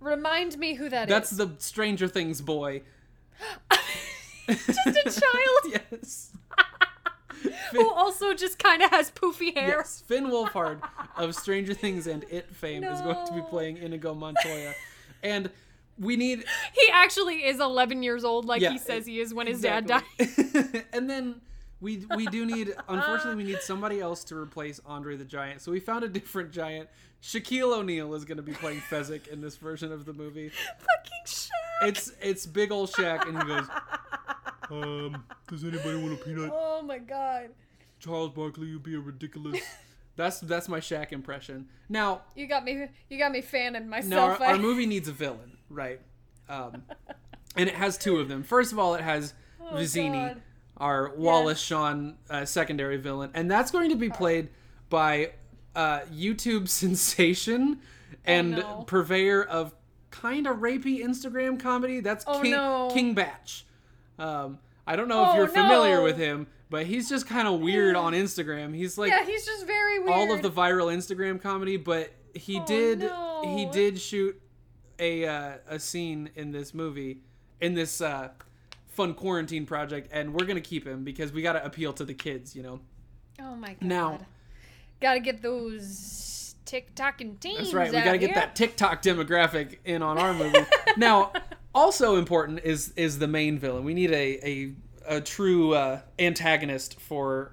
S2: Remind me who that is. (laughs)
S1: That's the Stranger Things boy.
S2: just a child
S1: (laughs) yes.
S2: who also just kind of has poofy hair. (laughs)
S1: Yes, Finn Wolfhard of Stranger Things and It fame is going to be
S2: No.
S1: playing Inigo Montoya, and we need
S2: He actually is 11 years old, like
S1: Yeah,
S2: he says he is when his dad died.
S1: died, (laughs) and then we we do need. Unfortunately, we need somebody else to replace Andre the Giant. So we found a different giant. Shaquille O'Neal is going to be playing Fezzik in this version of the movie.
S2: (laughs) Fucking Shaq.
S1: It's it's big old Shaq, and he goes, "Um, does anybody want a peanut?"
S2: Oh my god.
S1: Charles Barkley, you'd be a ridiculous. (laughs) That's that's my Shaq impression. Now
S2: You got me you got me fanning
S1: Now,
S2: myself.
S1: our, our movie needs a villain, right? Um, and it has two of them. First of all, it has Vizzini,
S2: Oh, God.
S1: our Wallace Shawn uh, secondary villain, and that's going to
S2: Oh.
S1: be played by uh, YouTube (laughs) sensation and
S2: no.
S1: purveyor of kind of rapey Instagram comedy. That's
S2: Oh,
S1: King,
S2: no.
S1: King Batch. Um, I don't know if
S2: Oh,
S1: you're familiar
S2: no.
S1: with him, but he's just kind of
S2: (sighs)
S1: weird on Instagram. He's like
S2: yeah, he's just very weird.
S1: all of the viral Instagram comedy, but he
S2: Oh,
S1: did he
S2: no.
S1: did shoot a uh, a scene in this movie in this uh, fun quarantine project, and we're gonna keep him because we gotta appeal to the kids, you know.
S2: Oh my god.
S1: Now-
S2: gotta get those TikTok and teens.
S1: That's right. We
S2: out
S1: got to get
S2: here.
S1: that TikTok demographic in on our
S2: (laughs)
S1: movie. now, also important is is the main villain. We need a a, a true uh, antagonist for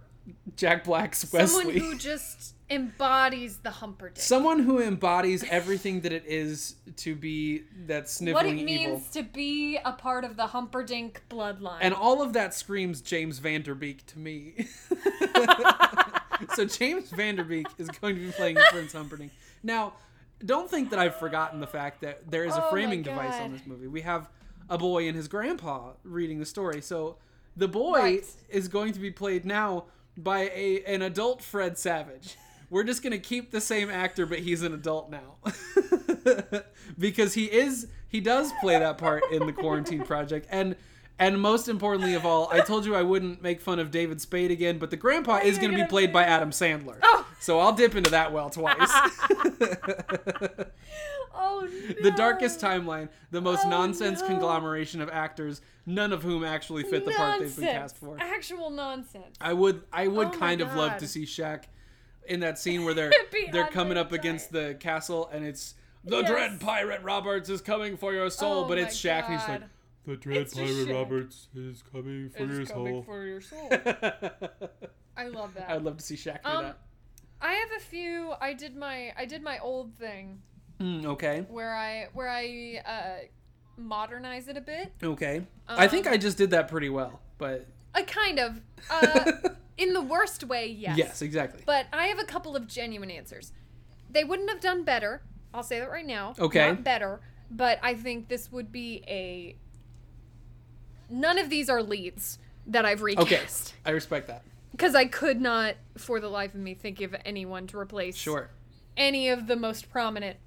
S1: Jack Black's
S2: Someone
S1: Wesley.
S2: who just embodies the
S1: (laughs)
S2: Humperdick.
S1: Someone who embodies everything that it is to be that sniveling
S2: what it
S1: evil.
S2: means to be a part of the Humperdink bloodline. (laughs)
S1: And (laughs) all of that screams James Vanderbeek to me. (laughs) so James Vanderbeek is going to be playing Prince Humperdinck. Now, don't think that I've forgotten the fact that there is
S2: Oh
S1: a
S2: my
S1: framing device on
S2: God.
S1: this movie. We have a boy and his grandpa reading the story. So the boy
S2: Right.
S1: is going to be played now by a an adult Fred Savage. We're just going to keep the same actor but he's an adult now. (laughs) because he is he does play that part in the quarantine project and and most importantly of all, I told you I wouldn't make fun of David Spade again, but the grandpa is
S2: you
S1: going to be
S2: gonna
S1: played
S2: do?
S1: by Adam Sandler.
S2: Oh.
S1: So I'll dip into that well
S2: (laughs)
S1: twice. (laughs)
S2: oh no.
S1: the darkest timeline, the most
S2: Oh,
S1: nonsense
S2: no.
S1: conglomeration of actors, none of whom actually fit the part they've been
S2: Nonsense.
S1: cast for.
S2: Actual nonsense.
S1: I would I would
S2: Oh my
S1: kind of love
S2: God.
S1: to see Shaq in that scene where they're
S2: (laughs) Be
S1: they're
S2: on
S1: coming
S2: the
S1: up against the castle and it's the
S2: Yes.
S1: dread pirate Roberts is coming for your soul,
S2: Oh
S1: but
S2: my
S1: it's Shaq and he's like
S2: God.
S3: The Dread
S2: It's just
S3: Pirate
S2: shit.
S3: Roberts is coming for your soul.
S2: for your soul. I love
S1: (laughs)
S2: that.
S1: I'd love to see Shaq do
S2: Um,
S1: that.
S2: I have a few. I did my I did my old thing
S1: Mm, okay.
S2: where I where I uh, modernize it a bit.
S1: Okay. I think
S2: Um,
S1: I just did that pretty well, but
S2: I kind of
S1: (laughs)
S2: uh, in the worst way, yes.
S1: yes. exactly.
S2: But I have a couple of genuine answers. They wouldn't have done better. I'll say that right now.
S1: Okay.
S2: Not better, but I think this would be a. None of these are leads that I've
S1: okay.
S2: recast
S1: I respect that.
S2: because I could not, for the life of me, think of anyone to replace
S1: Sure.
S2: any of the most prominent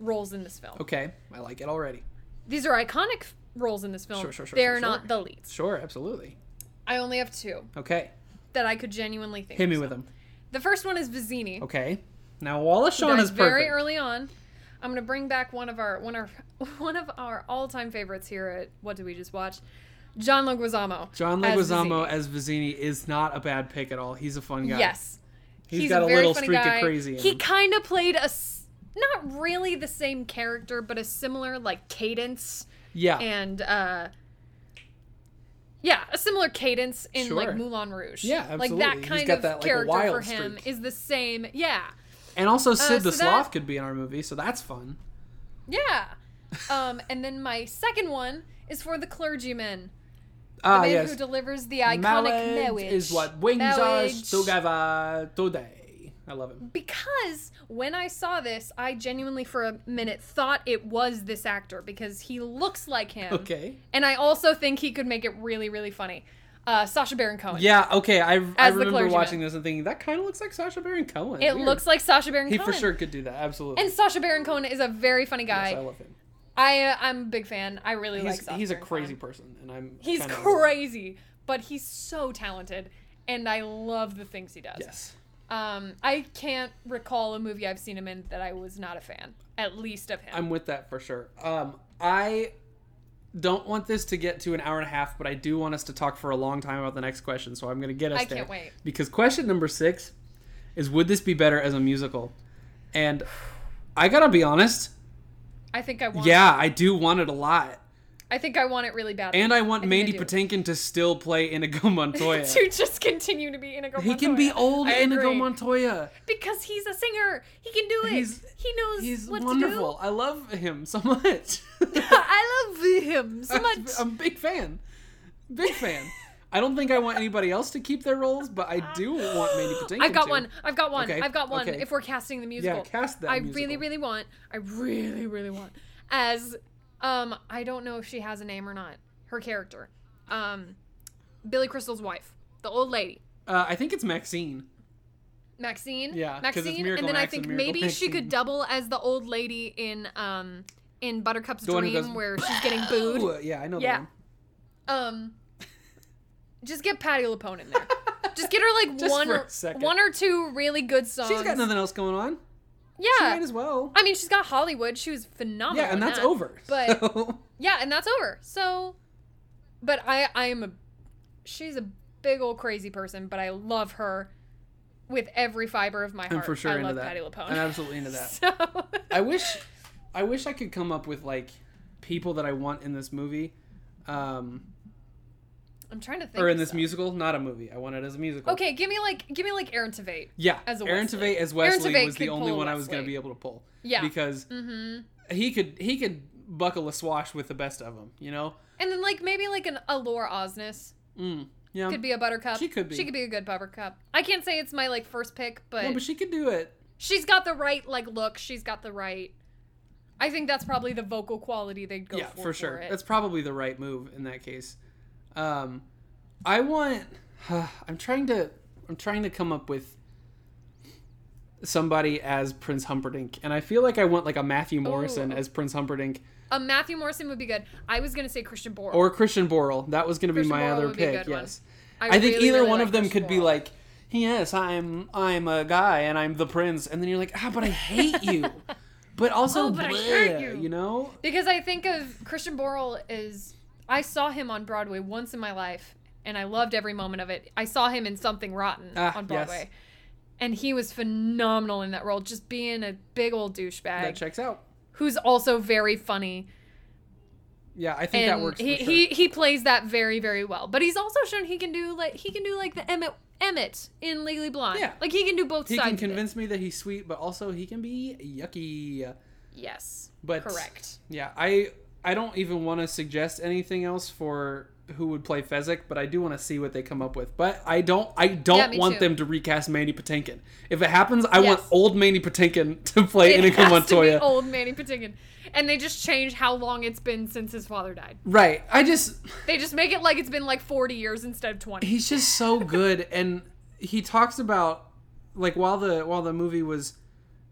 S2: roles in this film.
S1: Okay. I like it already.
S2: These are iconic f- roles in this film.
S1: Sure, sure, sure,
S2: They
S1: sure,
S2: are not
S1: sure.
S2: the leads.
S1: Sure, absolutely.
S2: I only have two
S1: Okay.
S2: that I could genuinely think.
S1: Hit
S2: of.
S1: me with them.
S2: The first one is Vizzini.
S1: Okay. Now Wallace Shawn
S2: Guys,
S1: is perfect.
S2: very early on. I'm gonna bring back one of our one of (laughs) one of our all time favorites here at What Did We Just Watch? John Leguizamo.
S1: John
S2: as
S1: Leguizamo
S2: Vizzini.
S1: as Vizzini is not a bad pick at all. He's a fun guy.
S2: yes,
S1: He's got a
S2: very
S1: little
S2: funny
S1: streak of
S2: guy.
S1: crazy in
S2: He
S1: him.
S2: kind of played a s- not really the same character, but a similar like cadence
S1: Yeah.
S2: and uh yeah, a similar cadence in
S1: Sure.
S2: like Moulin Rouge.
S1: Yeah,
S2: Like
S1: absolutely.
S2: that
S1: He's
S2: kind
S1: got
S2: of
S1: that, like,
S2: character
S1: wild
S2: for him
S1: streak.
S2: is the same. Yeah,
S1: and also Sid the
S2: uh, so that-
S1: Sloth could be in our movie, so that's fun.
S2: yeah. Um, and then my second one is for the clergyman, the
S1: Ah,
S2: man
S1: yes.
S2: who delivers the iconic
S1: Marriage
S2: marriage,
S1: is what brings
S2: Marriage.
S1: us together today. I love him.
S2: Because when I saw this, I genuinely for a minute thought it was this actor because he looks like him.
S1: Okay.
S2: And I also think he could make it really, really funny. Uh, Sasha Baron Cohen.
S1: Yeah, okay. I, I
S2: As the
S1: remember
S2: clergyman.
S1: watching this and thinking that kind of looks like Sasha Baron Cohen.
S2: It
S1: Weird.
S2: looks like Sasha Baron
S1: he
S2: Cohen.
S1: for sure could do that. Absolutely.
S2: And Sasha Baron Cohen is a very funny guy.
S1: yes, I love him.
S2: I uh, I'm a big fan. I really like
S1: He's,
S2: Sasha
S1: he's a
S2: Baron
S1: crazy
S2: Cohen.
S1: person, and I'm
S2: He's
S1: kinda-
S2: crazy, but he's so talented, and I love the things he does.
S1: Yes.
S2: Um, I can't recall a movie I've seen him in that I was not a fan, at least of him.
S1: I'm with that for sure. Um, I don't want this to get to an hour and a half, but I do want us to talk for a long time about the next question. So I'm going to get us
S2: I
S1: there.
S2: can't wait.
S1: Because question number six is Would this be better as a musical? And I got to be honest.
S2: I think I want.
S1: Yeah, I do want it a lot.
S2: I think I want it really badly. (laughs)
S1: And I want
S2: think I
S1: Mandy
S2: do.
S1: Patinkin to still play Inigo
S2: (laughs)
S1: Montoya.
S2: to just continue to be Inigo.
S1: he can be
S2: Montoya.
S1: old
S2: I
S1: Inigo
S2: agree.
S1: Montoya.
S2: because he's a singer. He can do it.
S1: He's-
S2: he knows
S1: He's
S2: what
S1: wonderful. I love him so
S2: (laughs)
S1: much.
S2: to do. (laughs) I love him so much.
S1: (laughs) I'm a big fan. Big fan. I don't think I want anybody else to keep their roles, but I do want
S2: (gasps)
S1: Mandy Patinkin.
S2: I've got
S1: to.
S2: one. I've got one.
S1: Okay,
S2: I've got one.
S1: okay.
S2: If we're casting the musical,
S1: cast that
S2: I really,
S1: musical.
S2: really want. I really, really want as um. I don't know if she has a name or not. Her character, um, Billy Crystal's wife, the old lady,
S1: Uh, I think it's Maxine.
S2: Maxine.
S1: Yeah, 'cause it's
S2: Maxine.
S1: Miracle
S2: and then I
S1: Max and
S2: think
S1: Miracle
S2: maybe she
S1: Maxine.
S2: could double as the old lady in um in Buttercup's
S1: The one who
S2: dream
S1: goes,
S2: where she's getting
S1: Ooh,
S2: booed.
S1: yeah, I know
S2: Yeah.
S1: that one.
S2: Um. Just get Patty LuPone in there. Just get her
S1: (laughs)
S2: like
S1: Just
S2: one
S1: for a
S2: or
S1: second.
S2: one or two really good
S1: (laughs)
S2: songs.
S1: She's got nothing else going on. She
S2: Yeah,
S1: might as well.
S2: I mean she's got Hollywood. She was phenomenal.
S1: yeah, and
S2: in
S1: that's
S2: that.
S1: over. (laughs)
S2: But-
S1: so-
S2: Yeah, and that's over. So, but I I am a she's a big old crazy person, but I love her with every fiber of my heart.
S1: I'm for sure
S2: I
S1: into
S2: love
S1: that.
S2: Patty LuPone.
S1: I'm absolutely into that.
S2: (laughs) So
S1: I wish, I wish I could come up with like people that I want in this movie, um,
S2: I'm trying to think.
S1: or
S2: of
S1: in this
S2: some.
S1: musical. Not a movie. I want it as a musical.
S2: Okay, give me like give me like Aaron Tveit.
S1: Yeah.
S2: As a
S1: Aaron
S2: Wesley.
S1: Tveit as
S2: Aaron
S1: Wesley
S2: Tveit
S1: was the
S2: could
S1: only
S2: pull
S1: one I was going to
S2: Wesley.
S1: be able to pull.
S2: Yeah.
S1: Because
S2: Mm-hmm.
S1: he could he could buckle a swash with the best of them. You know.
S2: And then like maybe like an a Laura Osnes
S1: Mm, yeah.
S2: could be a buttercup.
S1: she could be.
S2: She could be a good buttercup. I can't say it's my like first pick, but,
S1: no, but she could do it.
S2: she's got the right like look. She's got the right. I think that's probably the vocal quality they'd go
S1: yeah,
S2: for.
S1: for, sure.
S2: it.
S1: That's probably the right move in that case. Um, I want. (sighs) I'm trying to. I'm trying to come up with somebody as Prince Humperdinck, and I feel like I want like a Matthew Morrison
S2: oh.
S1: as Prince Humperdinck
S2: a Matthew Morrison would be good. I was gonna say Christian Borle.
S1: or Christian Borle. That was going to be
S2: Christian
S1: my
S2: Borle
S1: other
S2: would be a
S1: pick.
S2: good one.
S1: Yes, I, think
S2: really,
S1: either
S2: really
S1: one
S2: like
S1: of them
S2: Christian
S1: could be
S2: Borle.
S1: like, "Yes, I'm I'm a guy and I'm the prince," and then you're like, "Ah, but I hate
S2: (laughs)
S1: you." But also,
S2: Oh, but I
S1: bleh,
S2: hate you.
S1: you know,
S2: because I think of Christian Borle is I saw him on Broadway once in my life, and I loved every moment of it. I saw him in Something Rotten
S1: Ah,
S2: on
S1: yes.
S2: Broadway, and he was phenomenal in that role, just being a big old
S1: that
S2: douchebag
S1: checks out.
S2: who's also very funny.
S1: Yeah, I think
S2: And
S1: that works.
S2: he,
S1: for sure.
S2: he he plays that very very well, but he's also shown he can do like he can do like the Emmett Emmett in Legally Blonde.
S1: Yeah.
S2: like he can do both
S1: He
S2: sides.
S1: can
S2: of it.
S1: convince me that he's sweet, but also he can be yucky.
S2: Yes,
S1: But
S2: correct.
S1: Yeah, I I don't even want to suggest anything else for who would play Fezzik, but I do want to see what they come up with. But I don't I don't
S2: me
S1: want
S2: too.
S1: them to recast Manny Patinkin. If it happens, I want
S2: Yes.
S1: old Manny Patinkin (laughs) to play
S2: It
S1: Inigo
S2: has to
S1: Montoya.
S2: be old Manny Patinkin, and they just change how long it's been since his father died.
S1: Right. I just
S2: They just make it like it's been like 40 years instead of 20.
S1: he's just so good and he talks about like while the while the movie was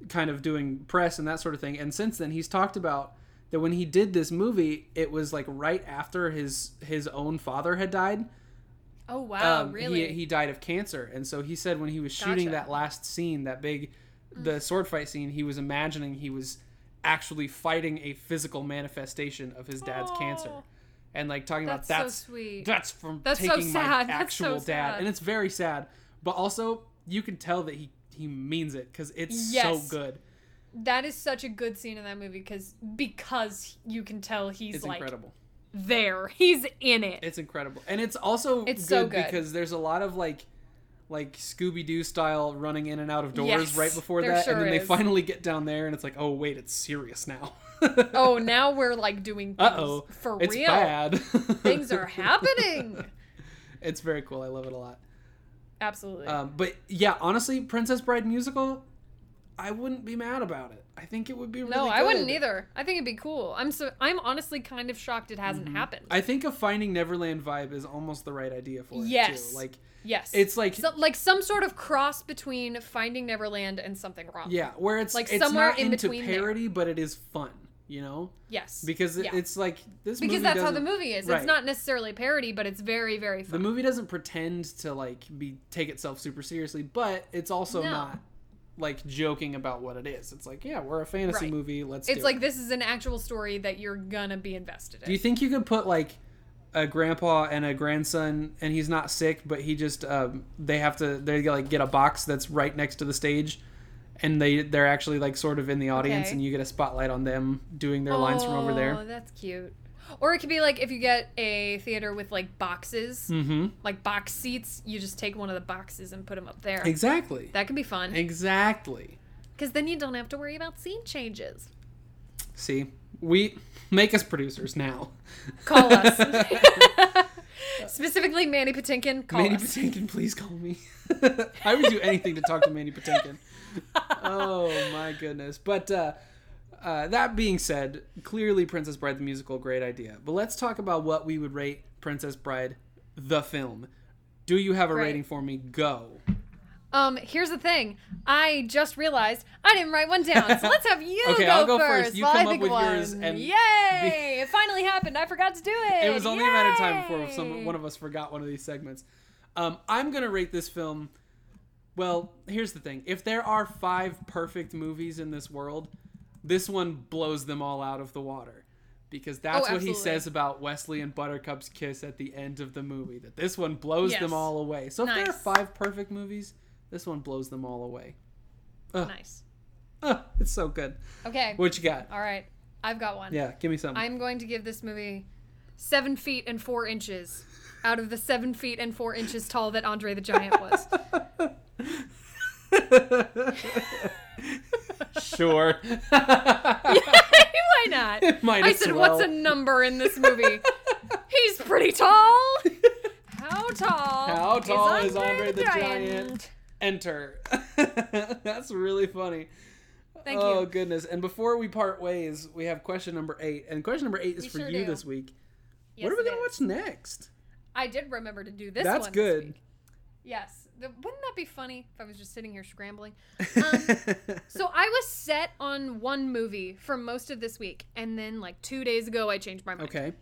S1: kind of doing press and that sort of thing and since then he's talked about that when he did this movie it was like right after his his own father had died
S2: Oh wow,
S1: um,
S2: really?
S1: he, he died of cancer and so he said when he was shooting
S2: Gotcha. Mm.
S1: that last scene that big the sword fight scene he was imagining he was actually fighting a physical manifestation of his dad's cancer
S2: Oh.
S1: and like talking
S2: that's,
S1: about that's
S2: so sweet.
S1: that's from
S2: That's so
S1: taking
S2: sad. (laughs)
S1: my
S2: That's so
S1: actual dad,
S2: sad.
S1: and it's very sad. But also, you can tell that he he means it because it's so
S2: Yes.
S1: good.
S2: that is such a good scene in that movie because because you can tell he's
S1: It's
S2: like
S1: incredible.
S2: there. He's in it.
S1: It's incredible, and it's also
S2: It's
S1: good
S2: so good.
S1: because there's a lot of like like Scooby Doo style running in and out of doors
S2: Yes,
S1: right before
S2: there
S1: that,
S2: sure
S1: and then
S2: is.
S1: they finally get down there, and it's like, oh wait, it's serious now. (laughs)
S2: oh, now we're like doing things
S1: uh oh,
S2: for
S1: it's
S2: real.
S1: bad. (laughs)
S2: Things are happening.
S1: It's very cool. I love it a lot.
S2: Absolutely.
S1: Um, but yeah, honestly, Princess Bride musical, I wouldn't be mad about it. I think it would be really
S2: no, I wouldn't
S1: good.
S2: either. I think it'd be cool. I'm so I'm honestly kind of shocked it hasn't happened.
S1: Mm-hmm. I think a Finding Neverland vibe is almost the right idea for it.
S2: Yes.
S1: Too. Like
S2: yes.
S1: it's like
S2: So- like some sort of cross between Finding Neverland and Something Wrong.
S1: yeah, where it's
S2: like
S1: it's
S2: somewhere
S1: not
S2: in
S1: into
S2: between there.
S1: parody, but it is fun. You know,
S2: Yes.
S1: because it,
S2: Yeah.
S1: it's like this.
S2: because
S1: movie
S2: that's how
S1: doesn't-
S2: the movie is. It's
S1: right.
S2: not necessarily a parody, but it's very, very
S1: The
S2: fun.
S1: movie doesn't pretend to like be take itself super seriously, but it's also
S2: No.
S1: not like joking about what it is. It's like yeah, we're a fantasy
S2: Right.
S1: movie. Let's.
S2: it's
S1: do it.
S2: like this is an actual story that you're gonna be invested in.
S1: Do you think you could put like a grandpa and a grandson, and he's not sick, but he just um, they have to they like get a box that's right next to the stage, and they they're actually like sort of in the audience,
S2: Okay.
S1: and you get a spotlight on them doing their lines from over
S2: Oh,
S1: there.
S2: that's cute. Or it could be like if you get a theater with like boxes,
S1: Mm-hmm.
S2: like box seats, you just take one of the boxes and put them up there.
S1: Exactly.
S2: That could be fun
S1: Exactly.
S2: because then you don't have to worry about scene changes.
S1: See, we make us producers now. (laughs)
S2: Call us. Specifically, Manny Patinkin. Call
S1: Mandy
S2: us.
S1: Patinkin, please call me. Oh, (laughs) I would do anything to talk to Mandy Patinkin.
S2: (laughs)
S1: oh my goodness! But uh, uh, that being said, clearly Princess Bride the musical, great idea. But let's talk about what we would rate Princess Bride the film. Do you have a
S2: Right.
S1: rating for me? Go.
S2: Um, here's the thing. I just realized I didn't write one down, so let's have you
S1: Okay,
S2: go,
S1: I'll go
S2: first.
S1: first. You
S2: while
S1: come
S2: I
S1: up
S2: think
S1: with
S2: one.
S1: yours and-
S2: Yay! it finally happened. I forgot to do it.
S1: It was only a matter of time before
S2: Yay!
S1: some one of us forgot one of these segments. Um, I'm gonna rate this film. Well, here's the thing: if there are five perfect movies in this world, this one blows them all out of the water, because that's what he
S2: Oh, absolutely.
S1: says about Wesley and Buttercup's kiss at the end of the movie. That this one blows
S2: Yes.
S1: them all away. So if there
S2: Nice.
S1: are five perfect movies, this one blows them all away. (laughs) Ugh.
S2: Nice.
S1: Ugh, it's so good.
S2: Okay.
S1: What you got?
S2: All right. I've got one.
S1: Yeah, give me something.
S2: I'm going to give this movie seven feet and four inches out of the seven feet and four inches tall that Andre the Giant was.
S1: sure.
S2: (laughs) Why not?
S1: Might
S2: I
S1: as
S2: said,
S1: well.
S2: what's a number in this movie? (laughs) He's pretty tall. How tall?
S1: How tall is Andre the Giant? (laughs) Enter. (laughs) That's really funny.
S2: Thank
S1: oh
S2: you.
S1: goodness! And before we part ways, we have question number eight, and question number eight is
S2: We
S1: for
S2: sure
S1: you
S2: do.
S1: this week.
S2: Yes,
S1: what are we
S2: it
S1: gonna
S2: is.
S1: watch next?
S2: I did remember to do this
S1: That's
S2: one this
S1: good.
S2: week. Yes. The- wouldn't that be funny if I was just sitting here scrambling? Um, So I was set on one movie for most of this week, and then like two days ago, I changed my
S1: (laughs)
S2: mind.
S1: okay.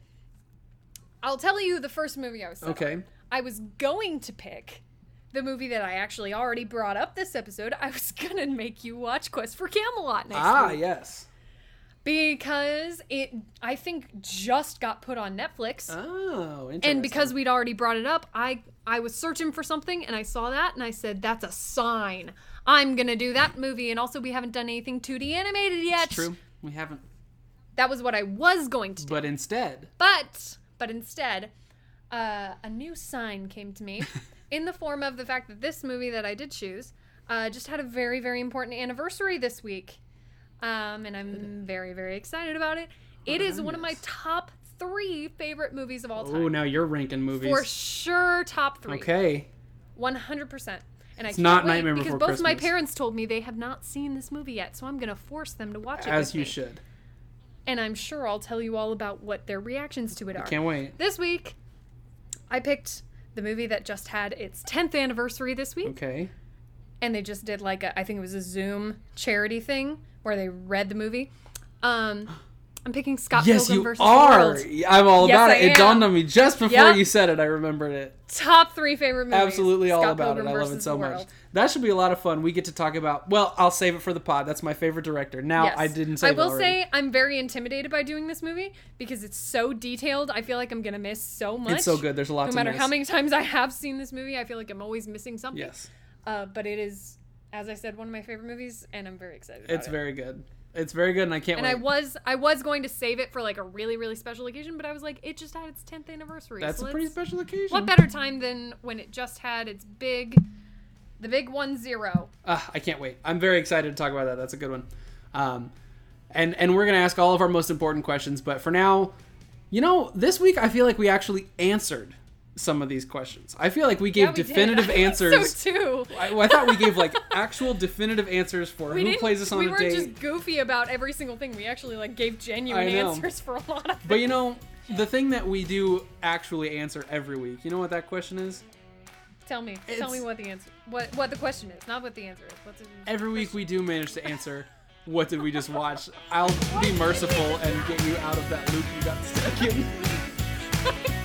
S2: I'll tell you the first movie I was set on.
S1: Okay.
S2: I was going to pick the movie that I actually already brought up this episode. I was (laughs) gonna make you watch Quest for Camelot next
S1: Ah,
S2: week
S1: yes.
S2: because it I think just got put on Netflix.
S1: Oh, interesting.
S2: and because we'd already brought it up, I I was searching for something and I saw that and I said that's a sign. I'm going to do that movie and also we haven't done anything 2D animated yet.
S1: it's true, we haven't.
S2: That was what I was going to do.
S1: But instead,
S2: But but instead, uh, a new sign came
S1: (laughs)
S2: to me in the form of the fact that this movie that I did choose uh, just had a very very important anniversary this week, um, and I'm very very excited about it. It is one of my top three favorite movies of all
S1: oh,
S2: time.
S1: now you're ranking movies.
S2: For sure, top three.
S1: Okay.
S2: One hundred percent. And I
S1: It's
S2: can't
S1: not
S2: wait
S1: Nightmare
S2: because
S1: Before
S2: both my
S1: Christmas.
S2: parents told me they have not seen this movie yet, so I'm gonna force them to watch it.
S1: As
S2: with
S1: you
S2: me.
S1: should.
S2: And I'm sure I'll tell you all about what their reactions to it are.
S1: Can't wait.
S2: This week, I picked the movie that just had its 10th anniversary this week,
S1: Okay.
S2: and they just did like a, I think it was a Zoom charity thing where they read the movie. Um, I'm picking Scott
S1: Yes,
S2: Pilgrim
S1: you
S2: versus the
S1: are.
S2: World.
S1: I'm all
S2: Yes,
S1: about
S2: I
S1: it. It
S2: am.
S1: dawned on me just before
S2: Yep.
S1: you said it. I remembered it.
S2: Top three favorite movies.
S1: Absolutely all
S2: Scott
S1: about it.
S2: Pilgrim
S1: I love
S2: versus
S1: it so
S2: the
S1: much.
S2: World.
S1: That should be a lot of fun. We get to talk about. Well, I'll save it for the pod. That's my favorite director. Now
S2: Yes.
S1: I didn't say.
S2: I will say I'm very intimidated by doing this movie because it's so detailed. I feel like I'm gonna miss so much.
S1: it's so good. There's a lot.
S2: No
S1: to
S2: matter
S1: miss.
S2: how many times I have seen this movie, I feel like I'm always missing something.
S1: Yes,
S2: Uh, but it is, as I said, one of my favorite movies, and I'm very excited. About
S1: it's
S2: it.
S1: very good. It's very good, and I can't
S2: And
S1: wait.
S2: I was I was going to save it for like a really really special occasion, but I was like, it just had its 10th anniversary.
S1: That's
S2: so
S1: a pretty
S2: let's-
S1: special occasion.
S2: What better time than when it just had its big, the big one zero?
S1: Ah, I can't wait. I'm very excited to talk about that. That's a good one. Um, and and we're gonna ask all of our most important questions. But for now, you know, this week I feel like we actually answered some of these questions. I feel like we gave
S2: Yeah, we did.
S1: definitive
S2: (laughs) I think
S1: answers.
S2: So too.
S1: I, well, I thought we
S2: (laughs)
S1: gave like actual definitive answers for
S2: We
S1: who
S2: didn't-
S1: plays us on
S2: we
S1: a
S2: weren't
S1: date.
S2: just goofy about every single thing. We actually like gave genuine
S1: I know.
S2: answers for a lot of.
S1: But
S2: (laughs) things.
S1: you know, the thing that we do actually answer every week. You know what that question is?
S2: tell me, tell
S1: it's-
S2: me what the answer, what what the question is, not what the answer is. What's the (laughs)
S1: Every week we do manage to answer. What did we just watch? I'll be merciful and get you out of that loop you got stuck in. (laughs)
S2: question?